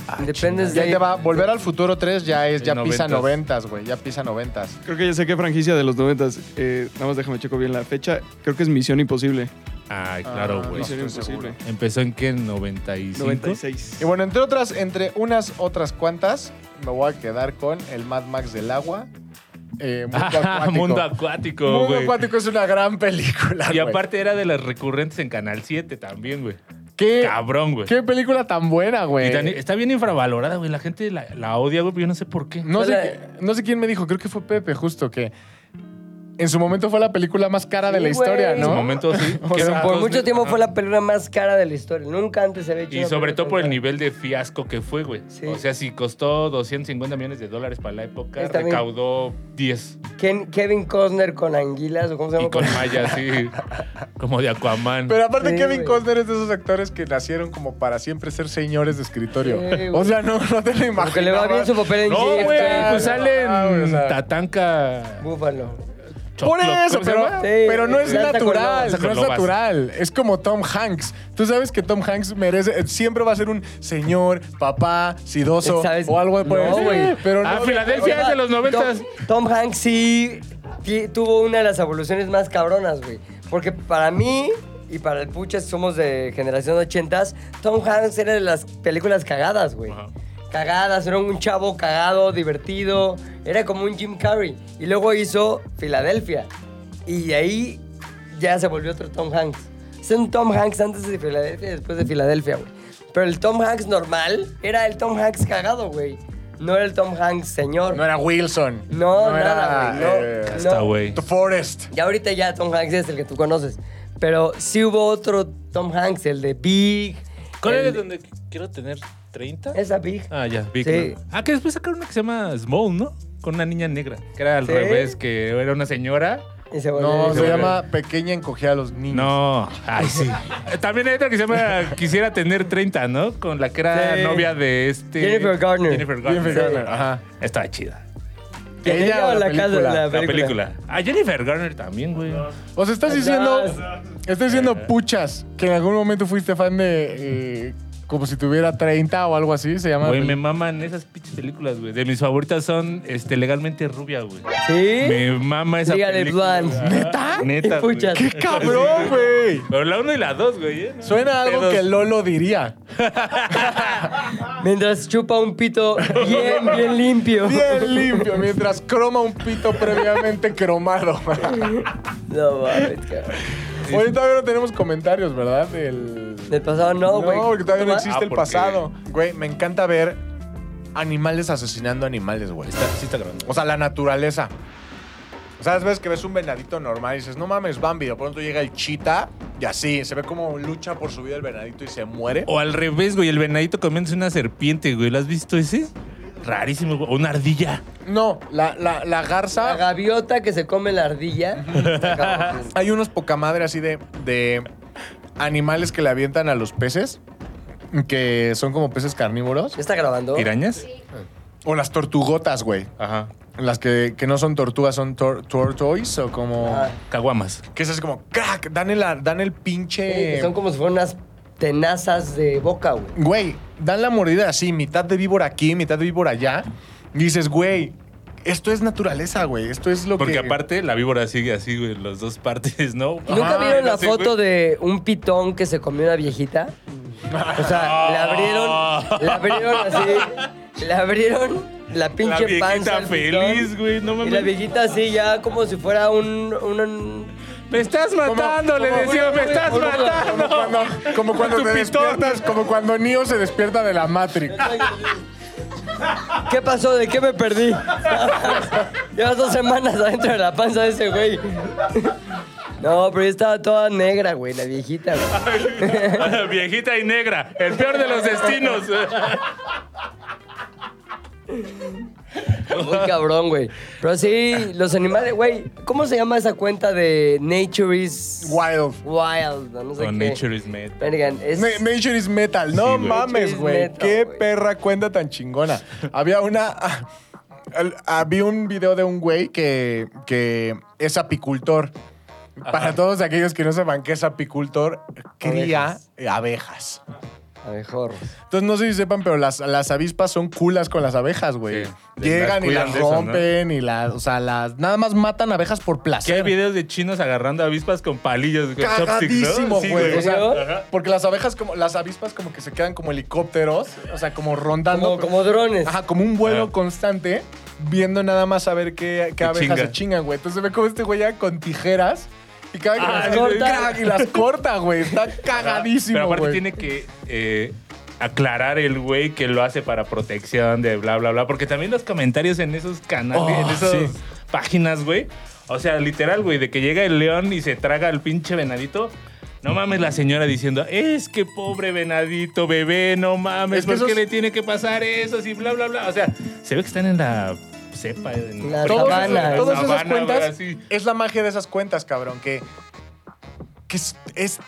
[SPEAKER 3] Ah,
[SPEAKER 4] Independence
[SPEAKER 5] Y ahí
[SPEAKER 4] Day.
[SPEAKER 5] te va. Volver al futuro 3 ya es, ya pisa
[SPEAKER 3] Noventas.
[SPEAKER 5] noventas, güey. Ya pisa noventas.
[SPEAKER 2] Creo que ya sé qué franquicia de los noventas. Eh, nada más déjame checo bien la fecha. Creo que es Misión Imposible.
[SPEAKER 3] ay, claro,
[SPEAKER 5] Ah,
[SPEAKER 3] güey.
[SPEAKER 5] no sé.
[SPEAKER 2] Misión
[SPEAKER 5] estoy
[SPEAKER 2] Imposible.
[SPEAKER 3] Empezó en qué? En 95.
[SPEAKER 2] 96.
[SPEAKER 5] Y bueno, entre otras, entre unas otras cuantas, me voy a quedar con el Mad Max del agua.
[SPEAKER 3] [LAUGHS]
[SPEAKER 5] eh, mundo
[SPEAKER 3] [LAUGHS] Ah,
[SPEAKER 5] acuático.
[SPEAKER 3] mundo acuático,
[SPEAKER 5] Mundo
[SPEAKER 3] güey.
[SPEAKER 5] Acuático es una gran película.
[SPEAKER 3] [LAUGHS] Y
[SPEAKER 5] güey.
[SPEAKER 3] aparte era de las recurrentes en Canal 7 también, güey.
[SPEAKER 5] ¿Qué,
[SPEAKER 3] Cabrón, güey.
[SPEAKER 5] qué película tan buena,
[SPEAKER 3] Y
[SPEAKER 5] güey.
[SPEAKER 3] tan- está bien infravalorada, güey. La gente la, la odia, güey, pero yo no sé por qué.
[SPEAKER 5] No sé,
[SPEAKER 4] Hola.
[SPEAKER 5] qui- no sé quién me dijo, creo que fue Pepe, justo que en su momento fue la película más cara de
[SPEAKER 4] Sí,
[SPEAKER 5] la historia,
[SPEAKER 4] güey.
[SPEAKER 5] ¿no?
[SPEAKER 3] En su momento sí.
[SPEAKER 5] O
[SPEAKER 3] que
[SPEAKER 5] sea,
[SPEAKER 3] eran
[SPEAKER 5] por
[SPEAKER 4] Por
[SPEAKER 3] dos
[SPEAKER 4] mucho
[SPEAKER 3] mil-
[SPEAKER 4] tiempo
[SPEAKER 3] Ajá.
[SPEAKER 4] fue la película más cara de la historia. Nunca antes se había hecho.
[SPEAKER 3] Y
[SPEAKER 4] una
[SPEAKER 3] sobre
[SPEAKER 4] película
[SPEAKER 3] todo
[SPEAKER 4] tan
[SPEAKER 3] por el
[SPEAKER 4] cara.
[SPEAKER 3] nivel de fiasco que fue, güey.
[SPEAKER 4] Sí.
[SPEAKER 3] O sea, si costó 250 millones de dólares para la época,
[SPEAKER 4] Está bien.
[SPEAKER 3] recaudó 10.
[SPEAKER 4] Ken- Kevin Costner con anguilas o cómo se llama.
[SPEAKER 3] Y con Maya, sí. Como de Aquaman.
[SPEAKER 5] Pero aparte
[SPEAKER 4] Sí,
[SPEAKER 5] Kevin
[SPEAKER 4] güey.
[SPEAKER 5] Costner es de esos actores que nacieron como para siempre ser señores de escritorio.
[SPEAKER 4] Sí, güey.
[SPEAKER 5] o sea, no, no te lo imaginas.
[SPEAKER 4] Porque le va bien su papel en
[SPEAKER 3] no, güey.
[SPEAKER 4] Jeep, claro.
[SPEAKER 3] Pues sale
[SPEAKER 5] Ah, güey, o
[SPEAKER 3] en
[SPEAKER 5] sea.
[SPEAKER 3] Tatanka.
[SPEAKER 4] Búfalo.
[SPEAKER 5] Por
[SPEAKER 3] Choclo-
[SPEAKER 5] eso,
[SPEAKER 3] ¿cómo se
[SPEAKER 5] pero,
[SPEAKER 3] llama?
[SPEAKER 4] Sí,
[SPEAKER 5] pero no es
[SPEAKER 4] lanza con
[SPEAKER 5] natural,
[SPEAKER 4] lobas.
[SPEAKER 5] no es
[SPEAKER 3] Lanza con
[SPEAKER 5] natural. Es como Tom Hanks. Tú sabes que Tom Hanks merece, eh, siempre va a ser un señor, papá, sidoso
[SPEAKER 4] ¿Sabes?
[SPEAKER 5] o algo de por el
[SPEAKER 4] No,
[SPEAKER 5] estilo,
[SPEAKER 4] güey.
[SPEAKER 5] Pero
[SPEAKER 3] Ah,
[SPEAKER 5] no-
[SPEAKER 3] Filadelfia es de los noventas.
[SPEAKER 4] Tom, Tom Hanks sí ti- tuvo una de las evoluciones más cabronas, güey. Porque para mí y para el Puchas somos de generación ochentas, Tom Hanks era de las películas cagadas, güey.
[SPEAKER 3] Ajá.
[SPEAKER 4] Cagadas, era un chavo cagado, divertido, era como un Jim Carrey. Y luego hizo Filadelfia. Y de ahí ya se volvió otro Tom Hanks. Es un Tom Hanks antes de Filadelfia y después de Filadelfia, güey. Pero el Tom Hanks normal era el Tom Hanks cagado, güey. No era el Tom Hanks señor.
[SPEAKER 5] No era Wilson.
[SPEAKER 4] No, nada, güey, no.
[SPEAKER 5] eh,
[SPEAKER 3] Hasta, güey.
[SPEAKER 5] The Forest.
[SPEAKER 4] Ya ahorita ya Tom Hanks es el que tú conoces. Pero sí hubo otro Tom Hanks, el de Big.
[SPEAKER 3] ¿Cuál
[SPEAKER 4] el-
[SPEAKER 3] es donde quiero tener 30?
[SPEAKER 4] Esa Big.
[SPEAKER 3] Ah, ya, vi
[SPEAKER 4] Sí.
[SPEAKER 3] que no. Ah, que después sacaron una que se llama Small, ¿no? Con una niña negra. Que era al
[SPEAKER 4] Sí.
[SPEAKER 3] revés, que era una señora.
[SPEAKER 4] Y se volvió.
[SPEAKER 5] No, se
[SPEAKER 3] güey.
[SPEAKER 5] llama Pequeña Encogida a los Niños.
[SPEAKER 3] No, ay, sí. [LAUGHS] También hay otra que se llama Quisiera tener 30, ¿no? Con la que era
[SPEAKER 4] Sí.
[SPEAKER 3] novia de este.
[SPEAKER 4] Jennifer Garner.
[SPEAKER 3] Jennifer Garner.
[SPEAKER 5] Jennifer Garner, ajá.
[SPEAKER 3] Estaba chida.
[SPEAKER 4] ¿Que
[SPEAKER 5] Ella
[SPEAKER 4] tenía
[SPEAKER 5] o la
[SPEAKER 4] casa-
[SPEAKER 5] película?
[SPEAKER 3] La película. Ah, Jennifer Garner también, güey.
[SPEAKER 5] O sea, estás
[SPEAKER 4] Las
[SPEAKER 5] diciendo.
[SPEAKER 4] dos.
[SPEAKER 5] Estás diciendo puchas que en algún momento fuiste fan de. eh, como si tuviera 30 o algo así, se llama.
[SPEAKER 3] Güey, me maman esas pinches películas, güey. De mis favoritas son este, Legalmente Rubia, güey.
[SPEAKER 4] ¿Sí?
[SPEAKER 3] Me mama esa
[SPEAKER 4] Legally
[SPEAKER 3] película.
[SPEAKER 4] Blonde.
[SPEAKER 3] ¿Neta? Neta,
[SPEAKER 4] Y puchas.
[SPEAKER 3] güey.
[SPEAKER 4] ¡Qué
[SPEAKER 5] ¡Cabrón, güey!
[SPEAKER 3] Pero la 1 y la 2, güey. ¿eh?
[SPEAKER 5] Suena a algo
[SPEAKER 3] Pedos.
[SPEAKER 5] que Lolo diría.
[SPEAKER 4] Mientras chupa un pito bien, bien limpio.
[SPEAKER 5] [LAUGHS] Bien limpio, mientras croma un pito previamente cromado.
[SPEAKER 4] No mames, cabrón.
[SPEAKER 5] Hoy todavía no tenemos comentarios, ¿verdad? Del,
[SPEAKER 4] Del pasado no, güey.
[SPEAKER 5] No, porque todavía no
[SPEAKER 4] Ah,
[SPEAKER 5] existe el
[SPEAKER 3] porque-
[SPEAKER 5] pasado. Güey, me encanta ver animales asesinando animales, güey.
[SPEAKER 3] Está, sí está grande.
[SPEAKER 5] O sea, la naturaleza. O sea, las veces que ves un venadito normal y dices, no mames, Bambi, de pronto llega el chita y así, se ve como lucha por su vida el venadito y se muere.
[SPEAKER 4] Oh.
[SPEAKER 3] O al revés, güey. El venadito comiéndose una serpiente, güey. ¿Lo has visto ese? Rarísimo, güey. O una ardilla.
[SPEAKER 5] No, la, la, la garza.
[SPEAKER 4] La gaviota que se come la ardilla. se
[SPEAKER 5] [LAUGHS]
[SPEAKER 4] acaba comiendo.
[SPEAKER 5] hay unos pocamadre así de, de animales que le avientan a los peces, que son como peces carnívoros.
[SPEAKER 4] ¿Ya está grabando?
[SPEAKER 3] ¿Pirañas?
[SPEAKER 5] O las tortugotas, güey.
[SPEAKER 3] Ajá.
[SPEAKER 5] Las que, que no son tortugas, son tor- tortoise o como...
[SPEAKER 4] Ah,
[SPEAKER 3] Caguamas.
[SPEAKER 5] Que es así como, crack, dan el, ar- dan el
[SPEAKER 4] sí,
[SPEAKER 5] pinche...
[SPEAKER 4] que son como si fueran unas tenazas de boca, güey.
[SPEAKER 5] Güey, dan la mordida así, mitad de víbora aquí, mitad de víbora allá. Y dices, güey, esto es naturaleza, güey. Esto es lo
[SPEAKER 3] Porque
[SPEAKER 5] que.
[SPEAKER 3] aparte la víbora sigue así, güey, las dos partes, ¿no?
[SPEAKER 4] ¿Y nunca
[SPEAKER 5] Ah,
[SPEAKER 4] vieron la
[SPEAKER 3] sí,
[SPEAKER 4] foto
[SPEAKER 3] güey.
[SPEAKER 4] de un pitón que se comió una viejita? O sea, le abrieron, le abrieron así, le abrieron la
[SPEAKER 3] La
[SPEAKER 4] pinche panza.
[SPEAKER 3] viejita
[SPEAKER 4] al
[SPEAKER 3] feliz,
[SPEAKER 4] pitón,
[SPEAKER 3] güey, no
[SPEAKER 4] Y la
[SPEAKER 3] mames.
[SPEAKER 4] viejita así ya como si fuera un... un- un-
[SPEAKER 3] Me estás matando, le decía, me estás
[SPEAKER 5] Como cuando-
[SPEAKER 4] [LAUGHS]
[SPEAKER 3] matando. [LAUGHS]
[SPEAKER 5] Como cuando, como cuando
[SPEAKER 3] Tu
[SPEAKER 5] te
[SPEAKER 3] pitón.
[SPEAKER 5] despiertas, como cuando Neo se despierta de la Matrix.
[SPEAKER 4] ¿Qué pasó? ¿De qué me perdí? [LAUGHS] Llevas dos semanas adentro de la panza de ese güey. [LAUGHS] No, pero yo estaba toda negra, güey, la viejita. güey.
[SPEAKER 3] Viejita y negra, el peor
[SPEAKER 4] [LAUGHS]
[SPEAKER 3] de los destinos. [LAUGHS]
[SPEAKER 4] Muy cabrón, güey. Pero sí, los animales, güey. ¿Cómo se llama esa cuenta de Nature is...
[SPEAKER 5] Wild.
[SPEAKER 4] Wild, no, no sé
[SPEAKER 3] No,
[SPEAKER 4] qué.
[SPEAKER 3] nature is mad.
[SPEAKER 4] Vergan, es...
[SPEAKER 5] Na- Nature is metal. No
[SPEAKER 3] Sí, güey.
[SPEAKER 5] mames,
[SPEAKER 4] is
[SPEAKER 5] güey.
[SPEAKER 4] metal,
[SPEAKER 5] Qué
[SPEAKER 4] güey.
[SPEAKER 5] perra cuenta tan chingona. Había una. ah, al- Había un video de un güey que, que es apicultor. Para todos aquellos que no sepan que es apicultor, cría
[SPEAKER 4] Abejas.
[SPEAKER 5] eh, abejas.
[SPEAKER 4] Abejorros.
[SPEAKER 5] Entonces, no sé si sepan, pero las, las avispas son culas con las abejas, güey.
[SPEAKER 3] Sí.
[SPEAKER 5] Llegan
[SPEAKER 3] Las
[SPEAKER 5] y
[SPEAKER 3] cuidan
[SPEAKER 5] las
[SPEAKER 3] de esas,
[SPEAKER 5] rompen y las, o sea, las, nada más matan abejas por
[SPEAKER 3] Que hay
[SPEAKER 5] placer.
[SPEAKER 3] videos de chinos agarrando avispas con palillos, con chopsticks, ¿no?
[SPEAKER 5] Cagadísimo,
[SPEAKER 3] Sí,
[SPEAKER 5] güey. O
[SPEAKER 4] güey.
[SPEAKER 5] sea, porque las abejas, como, las avispas como que se quedan como helicópteros, o sea, como rondando.
[SPEAKER 4] Como, como drones.
[SPEAKER 5] Ajá, como un vuelo
[SPEAKER 3] Ajá.
[SPEAKER 5] constante, viendo nada más a ver qué, qué
[SPEAKER 3] Ah. Qué
[SPEAKER 5] abejas
[SPEAKER 3] chinga.
[SPEAKER 5] se chingan, güey. Entonces se ve como este güey llega con tijeras y cada que
[SPEAKER 3] Ah,
[SPEAKER 5] las
[SPEAKER 4] sí,
[SPEAKER 5] corta,
[SPEAKER 4] sí.
[SPEAKER 5] crack, y las corta, güey. Está cagadísimo,
[SPEAKER 3] Pero aparte
[SPEAKER 5] güey.
[SPEAKER 3] tiene que eh, aclarar el güey que lo hace para protección de bla, bla, bla. Porque también los comentarios en esos canales,
[SPEAKER 5] Oh,
[SPEAKER 3] en esas
[SPEAKER 5] sí.
[SPEAKER 3] páginas, güey. O sea, literal, güey, de que llega el león y se traga al pinche venadito. No mames la señora diciendo, es que pobre venadito, bebé, no mames,
[SPEAKER 5] Es que
[SPEAKER 3] ¿por qué
[SPEAKER 5] esos-
[SPEAKER 3] le tiene que pasar eso? Así, bla, bla, bla. O sea, se ve que están en la cepa. En
[SPEAKER 4] La
[SPEAKER 5] Todos
[SPEAKER 4] sabana,
[SPEAKER 5] esos-
[SPEAKER 4] güey.
[SPEAKER 5] todas esas
[SPEAKER 3] Sabana, güey,
[SPEAKER 5] cuentas
[SPEAKER 3] así.
[SPEAKER 5] es la magia de esas cuentas, cabrón, que, que es, es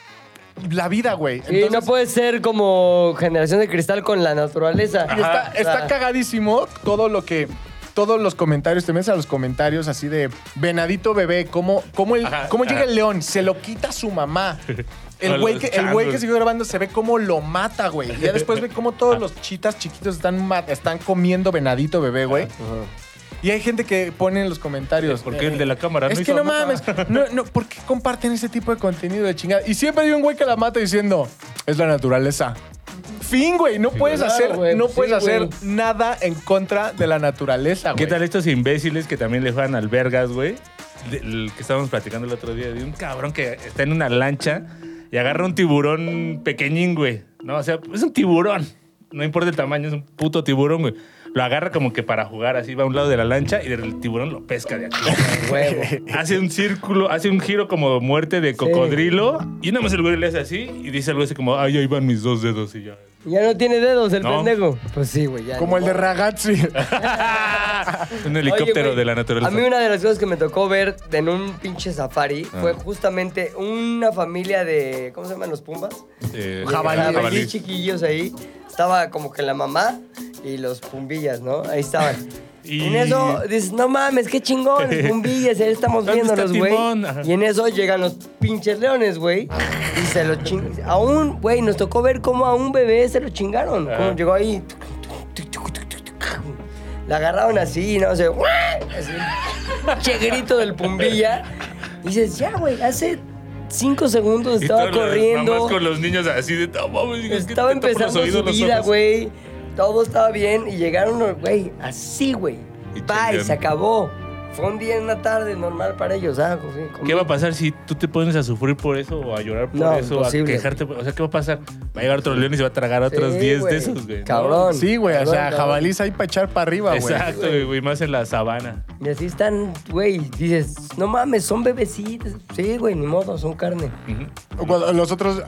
[SPEAKER 5] la vida, güey.
[SPEAKER 4] Y no
[SPEAKER 5] Entonces,
[SPEAKER 4] puede ser como generación de cristal con la naturaleza.
[SPEAKER 5] y
[SPEAKER 4] O
[SPEAKER 5] está,
[SPEAKER 4] sea,
[SPEAKER 5] está cagadísimo todo lo que. Todos los comentarios, te metes a los comentarios así de venadito bebé, cómo, cómo, el,
[SPEAKER 3] Ajá,
[SPEAKER 5] cómo llega
[SPEAKER 3] ajá.
[SPEAKER 5] el león, se lo quita su
[SPEAKER 3] [LAUGHS]
[SPEAKER 5] mamá.
[SPEAKER 3] A
[SPEAKER 5] El güey
[SPEAKER 3] los
[SPEAKER 5] que, el güey
[SPEAKER 3] changos.
[SPEAKER 5] que siguió grabando se ve cómo lo mata, güey. Y ya después ve cómo todos los chitas chiquitos están, ma- están comiendo venadito bebé, güey. Y hay gente que pone en los comentarios. eh,
[SPEAKER 3] ¿Por qué el de la cámara no
[SPEAKER 5] Es
[SPEAKER 3] hizo
[SPEAKER 5] que no
[SPEAKER 3] nada?
[SPEAKER 5] mames. No, no, ¿Por qué comparten ese tipo de contenido de chingada? Y siempre hay un güey que la mata diciendo, es la naturaleza. Fin, güey. No puedes
[SPEAKER 4] claro,
[SPEAKER 5] hacer,
[SPEAKER 4] güey,
[SPEAKER 5] no
[SPEAKER 4] sí,
[SPEAKER 5] puedes hacer
[SPEAKER 4] güey.
[SPEAKER 5] nada en contra de la naturaleza, güey.
[SPEAKER 3] ¿Qué tal estos imbéciles que también le juegan al vergas, güey? De- El que estábamos platicando el otro día de un cabrón que está en una lancha y agarra un tiburón pequeñín, güey. No, o sea, es un tiburón. No importa el tamaño, es un puto tiburón, güey. Lo agarra como que para jugar, así va a un lado de la lancha y el tiburón lo pesca de aquí.
[SPEAKER 4] huevo.
[SPEAKER 3] hace un círculo, hace un giro como muerte de cocodrilo y nada más el güey le hace así y dice algo así como, ay, ahí van mis dos dedos y ya.
[SPEAKER 4] Ya no tiene dedos el
[SPEAKER 3] No.
[SPEAKER 4] pendejo. Pues sí, güey. ya
[SPEAKER 5] Como
[SPEAKER 4] ni
[SPEAKER 5] el de
[SPEAKER 4] modo.
[SPEAKER 5] Ragazzi.
[SPEAKER 3] un
[SPEAKER 4] Oye,
[SPEAKER 3] helicóptero
[SPEAKER 4] güey,
[SPEAKER 3] de la naturaleza.
[SPEAKER 4] A mí una de las cosas que me tocó ver en un pinche safari
[SPEAKER 3] Ah.
[SPEAKER 4] fue justamente una familia de... ¿Cómo se llaman los pumbas?
[SPEAKER 3] Eh,
[SPEAKER 5] Jabalí.
[SPEAKER 4] Jabalí chiquillos ahí. Estaba como que la mamá y los pumbillas, ¿no? Ahí estaban.
[SPEAKER 3] Y-
[SPEAKER 4] Y... En eso dices, no mames, qué
[SPEAKER 3] [LAUGHS]
[SPEAKER 4] chingón, pumbillas, ahí estamos
[SPEAKER 3] ¿Dónde está
[SPEAKER 4] viéndolos, güey.
[SPEAKER 3] Timón? Ajá.
[SPEAKER 4] Y en eso llegan los pinches leones, güey. Y se los chingan. A un, güey, nos tocó ver cómo a un bebé se lo chingaron.
[SPEAKER 3] Ajá.
[SPEAKER 4] Cómo llegó ahí. La agarraron así, no sé. Así, che grito del pumbilla. Y dices, ya, güey, hace cinco segundos
[SPEAKER 3] Y
[SPEAKER 4] estaba
[SPEAKER 3] todas las
[SPEAKER 4] corriendo.
[SPEAKER 3] mamás con los niños así de "No mames, es que
[SPEAKER 4] Estaba
[SPEAKER 3] te tapan los
[SPEAKER 4] empezando
[SPEAKER 3] oídos,
[SPEAKER 4] su
[SPEAKER 3] los
[SPEAKER 4] vida,
[SPEAKER 3] ojos".
[SPEAKER 4] güey. Todo estaba bien y llegaron los, güey, así, güey.
[SPEAKER 3] Y
[SPEAKER 4] Bye,
[SPEAKER 3] chingan.
[SPEAKER 4] se acabó. Fue un día en una tarde normal para ellos, ¿ah? Con- con-
[SPEAKER 3] ¿Qué va a pasar si tú te pones a sufrir por eso o a llorar por
[SPEAKER 4] No,
[SPEAKER 3] eso?
[SPEAKER 4] imposible.
[SPEAKER 3] A quejarte. por- O sea, ¿qué va a pasar? Va a llegar otro león y se va a tragar
[SPEAKER 4] Sí,
[SPEAKER 3] otros 10
[SPEAKER 4] güey.
[SPEAKER 3] de esos, güey. ¿no?
[SPEAKER 4] Cabrón.
[SPEAKER 5] Sí, güey. O
[SPEAKER 4] cabrón,
[SPEAKER 5] sea,
[SPEAKER 4] cabrón.
[SPEAKER 5] jabalí ahí para echar para arriba, güey.
[SPEAKER 3] Exacto, güey, güey, más en la sabana.
[SPEAKER 4] Y así están, güey. Dices, no mames, son bebecitos. Sí, güey, ni modo, son carne.
[SPEAKER 5] Cuando los otros,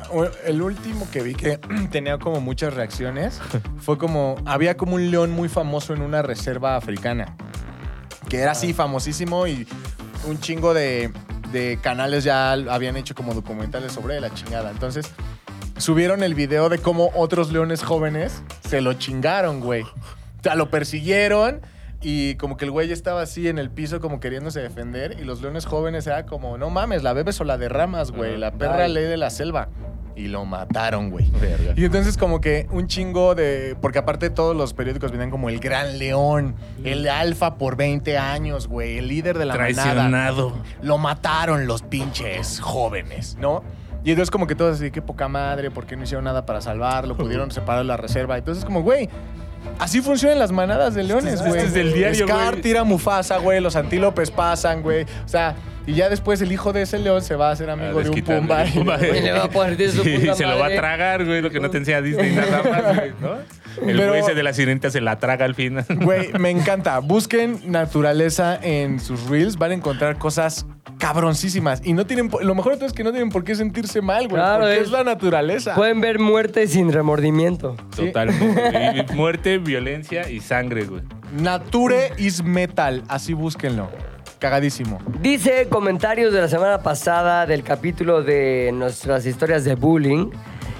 [SPEAKER 5] el último que vi que [CLEARS THROAT] tenía como muchas reacciones fue como, había como un león muy famoso en una reserva africana, que era así famosísimo y un chingo de, de canales ya habían hecho como documentales sobre la chingada. Entonces subieron el video de cómo otros leones jóvenes se lo chingaron, güey. O sea, lo persiguieron. Y como que el güey estaba así en el piso como queriéndose defender y los leones jóvenes era como, no mames, la bebes o la derramas, güey, la perra
[SPEAKER 4] Ay.
[SPEAKER 5] ley de la selva. Y lo mataron, güey.
[SPEAKER 3] Verga.
[SPEAKER 5] Y entonces como que un chingo de... Porque aparte todos los periódicos venían como el gran león, el alfa por 20 años, güey, el líder de la manada
[SPEAKER 3] Traicionado.
[SPEAKER 5] lo mataron los pinches jóvenes, ¿no? Y entonces como que todos así, qué poca madre, ¿por qué no hicieron nada para
[SPEAKER 3] [LAUGHS]
[SPEAKER 5] salvarlo? Pudieron separar la reserva. Entonces como, güey, así funcionan las manadas de leones,
[SPEAKER 3] Este es-
[SPEAKER 5] güey.
[SPEAKER 3] este es del diario,
[SPEAKER 5] Scar
[SPEAKER 3] güey.
[SPEAKER 5] tira a Mufasa, güey, los antílopes pasan, güey. O sea, y ya después el hijo de ese león se va a hacer amigo de un
[SPEAKER 3] desquitarle,
[SPEAKER 5] pumba.
[SPEAKER 3] de Ah, un Pumba.
[SPEAKER 4] Güey, [LAUGHS] le va a poner de su
[SPEAKER 3] Sí,
[SPEAKER 4] puta
[SPEAKER 3] se lo va a
[SPEAKER 4] madre.
[SPEAKER 3] tragar, güey, lo que no te enseña Disney nada más, güey, ¿no? El
[SPEAKER 5] Pero-
[SPEAKER 3] güey ese de la sirenita se la traga al final.
[SPEAKER 5] Güey, me encanta. Busquen naturaleza en sus reels, van a encontrar cosas cabroncísimas. Y no tienen, po- lo mejor de todo es que no tienen por qué sentirse mal, güey.
[SPEAKER 4] Claro,
[SPEAKER 5] porque es,
[SPEAKER 4] es-
[SPEAKER 5] la naturaleza.
[SPEAKER 4] Pueden ver muerte sin remordimiento.
[SPEAKER 3] [LAUGHS] Totalmente. Y muerte, violencia y sangre, güey.
[SPEAKER 5] Nature is metal, así búsquenlo. Cagadísimo.
[SPEAKER 4] Dice comentarios de la semana pasada del capítulo de nuestras historias de bullying.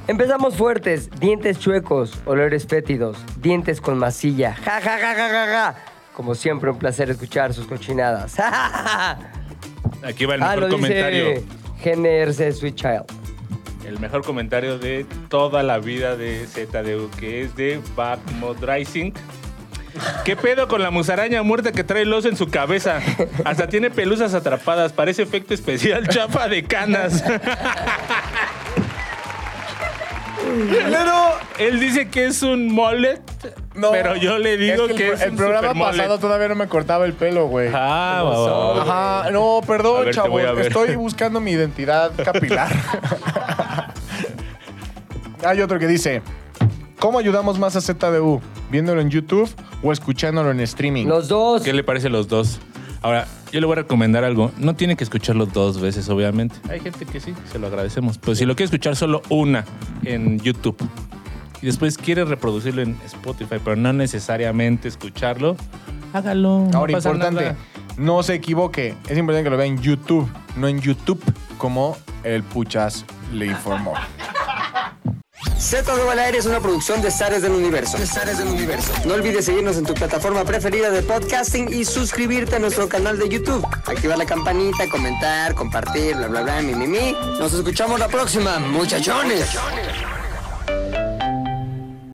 [SPEAKER 4] Empezamos fuertes, dientes chuecos, olores fétidos, dientes con masilla. Ja, ja, ja, ja, ja, ja. Como siempre, un placer escuchar sus cochinadas. [LAUGHS] Ja, ja, ja, ja.
[SPEAKER 3] Aquí va el
[SPEAKER 4] Ah,
[SPEAKER 3] mejor
[SPEAKER 4] lo
[SPEAKER 3] comentario.
[SPEAKER 4] dice GNRC Sweet Child.
[SPEAKER 3] El mejor comentario de toda la vida de ZDU, que es de Backmodrising. ¿Qué pedo con la musaraña muerta que trae el oso en su cabeza? Hasta tiene pelusas atrapadas. Parece efecto especial [LAUGHS] chapa de canas. Pero él dice que es un mullet,
[SPEAKER 5] No,
[SPEAKER 3] pero yo le digo
[SPEAKER 5] es
[SPEAKER 3] que,
[SPEAKER 5] el,
[SPEAKER 3] es
[SPEAKER 5] el
[SPEAKER 3] un
[SPEAKER 5] programa
[SPEAKER 3] supermullet.
[SPEAKER 5] pasado todavía no me cortaba el pelo, güey. Ajá,
[SPEAKER 3] Ah, va, va, va.
[SPEAKER 5] no,
[SPEAKER 3] A
[SPEAKER 5] perdón,
[SPEAKER 3] ver, te
[SPEAKER 5] chavo.
[SPEAKER 3] voy a ver.
[SPEAKER 5] Estoy buscando mi identidad
[SPEAKER 3] [LAUGHS]
[SPEAKER 5] capilar. Hay otro que dice, ¿cómo ayudamos más a ZDU? ¿Viéndolo en YouTube o escuchándolo en streaming?
[SPEAKER 4] Los dos.
[SPEAKER 3] ¿Qué le parece a los dos? Ahora, yo le voy a recomendar algo. No tiene que escucharlo dos veces, obviamente. Hay gente que sí, se lo agradecemos. Pero si lo quiere escuchar solo una en YouTube y después quiere reproducirlo en Spotify, pero no necesariamente escucharlo, hágalo. no
[SPEAKER 5] Ahora,
[SPEAKER 3] pasa
[SPEAKER 5] importante,
[SPEAKER 3] nada.
[SPEAKER 5] no se equivoque. Es importante que lo vea en YouTube, no en YouTube, como el Puchas le informó.
[SPEAKER 4] Z de al aire es una producción de Zares del Universo. De Zares del Universo. No olvides seguirnos en tu plataforma preferida de podcasting y suscribirte a nuestro canal de YouTube. Activar la campanita, comentar, compartir, bla, bla, bla, mi, mi, mi. Nos escuchamos la próxima, muchachones.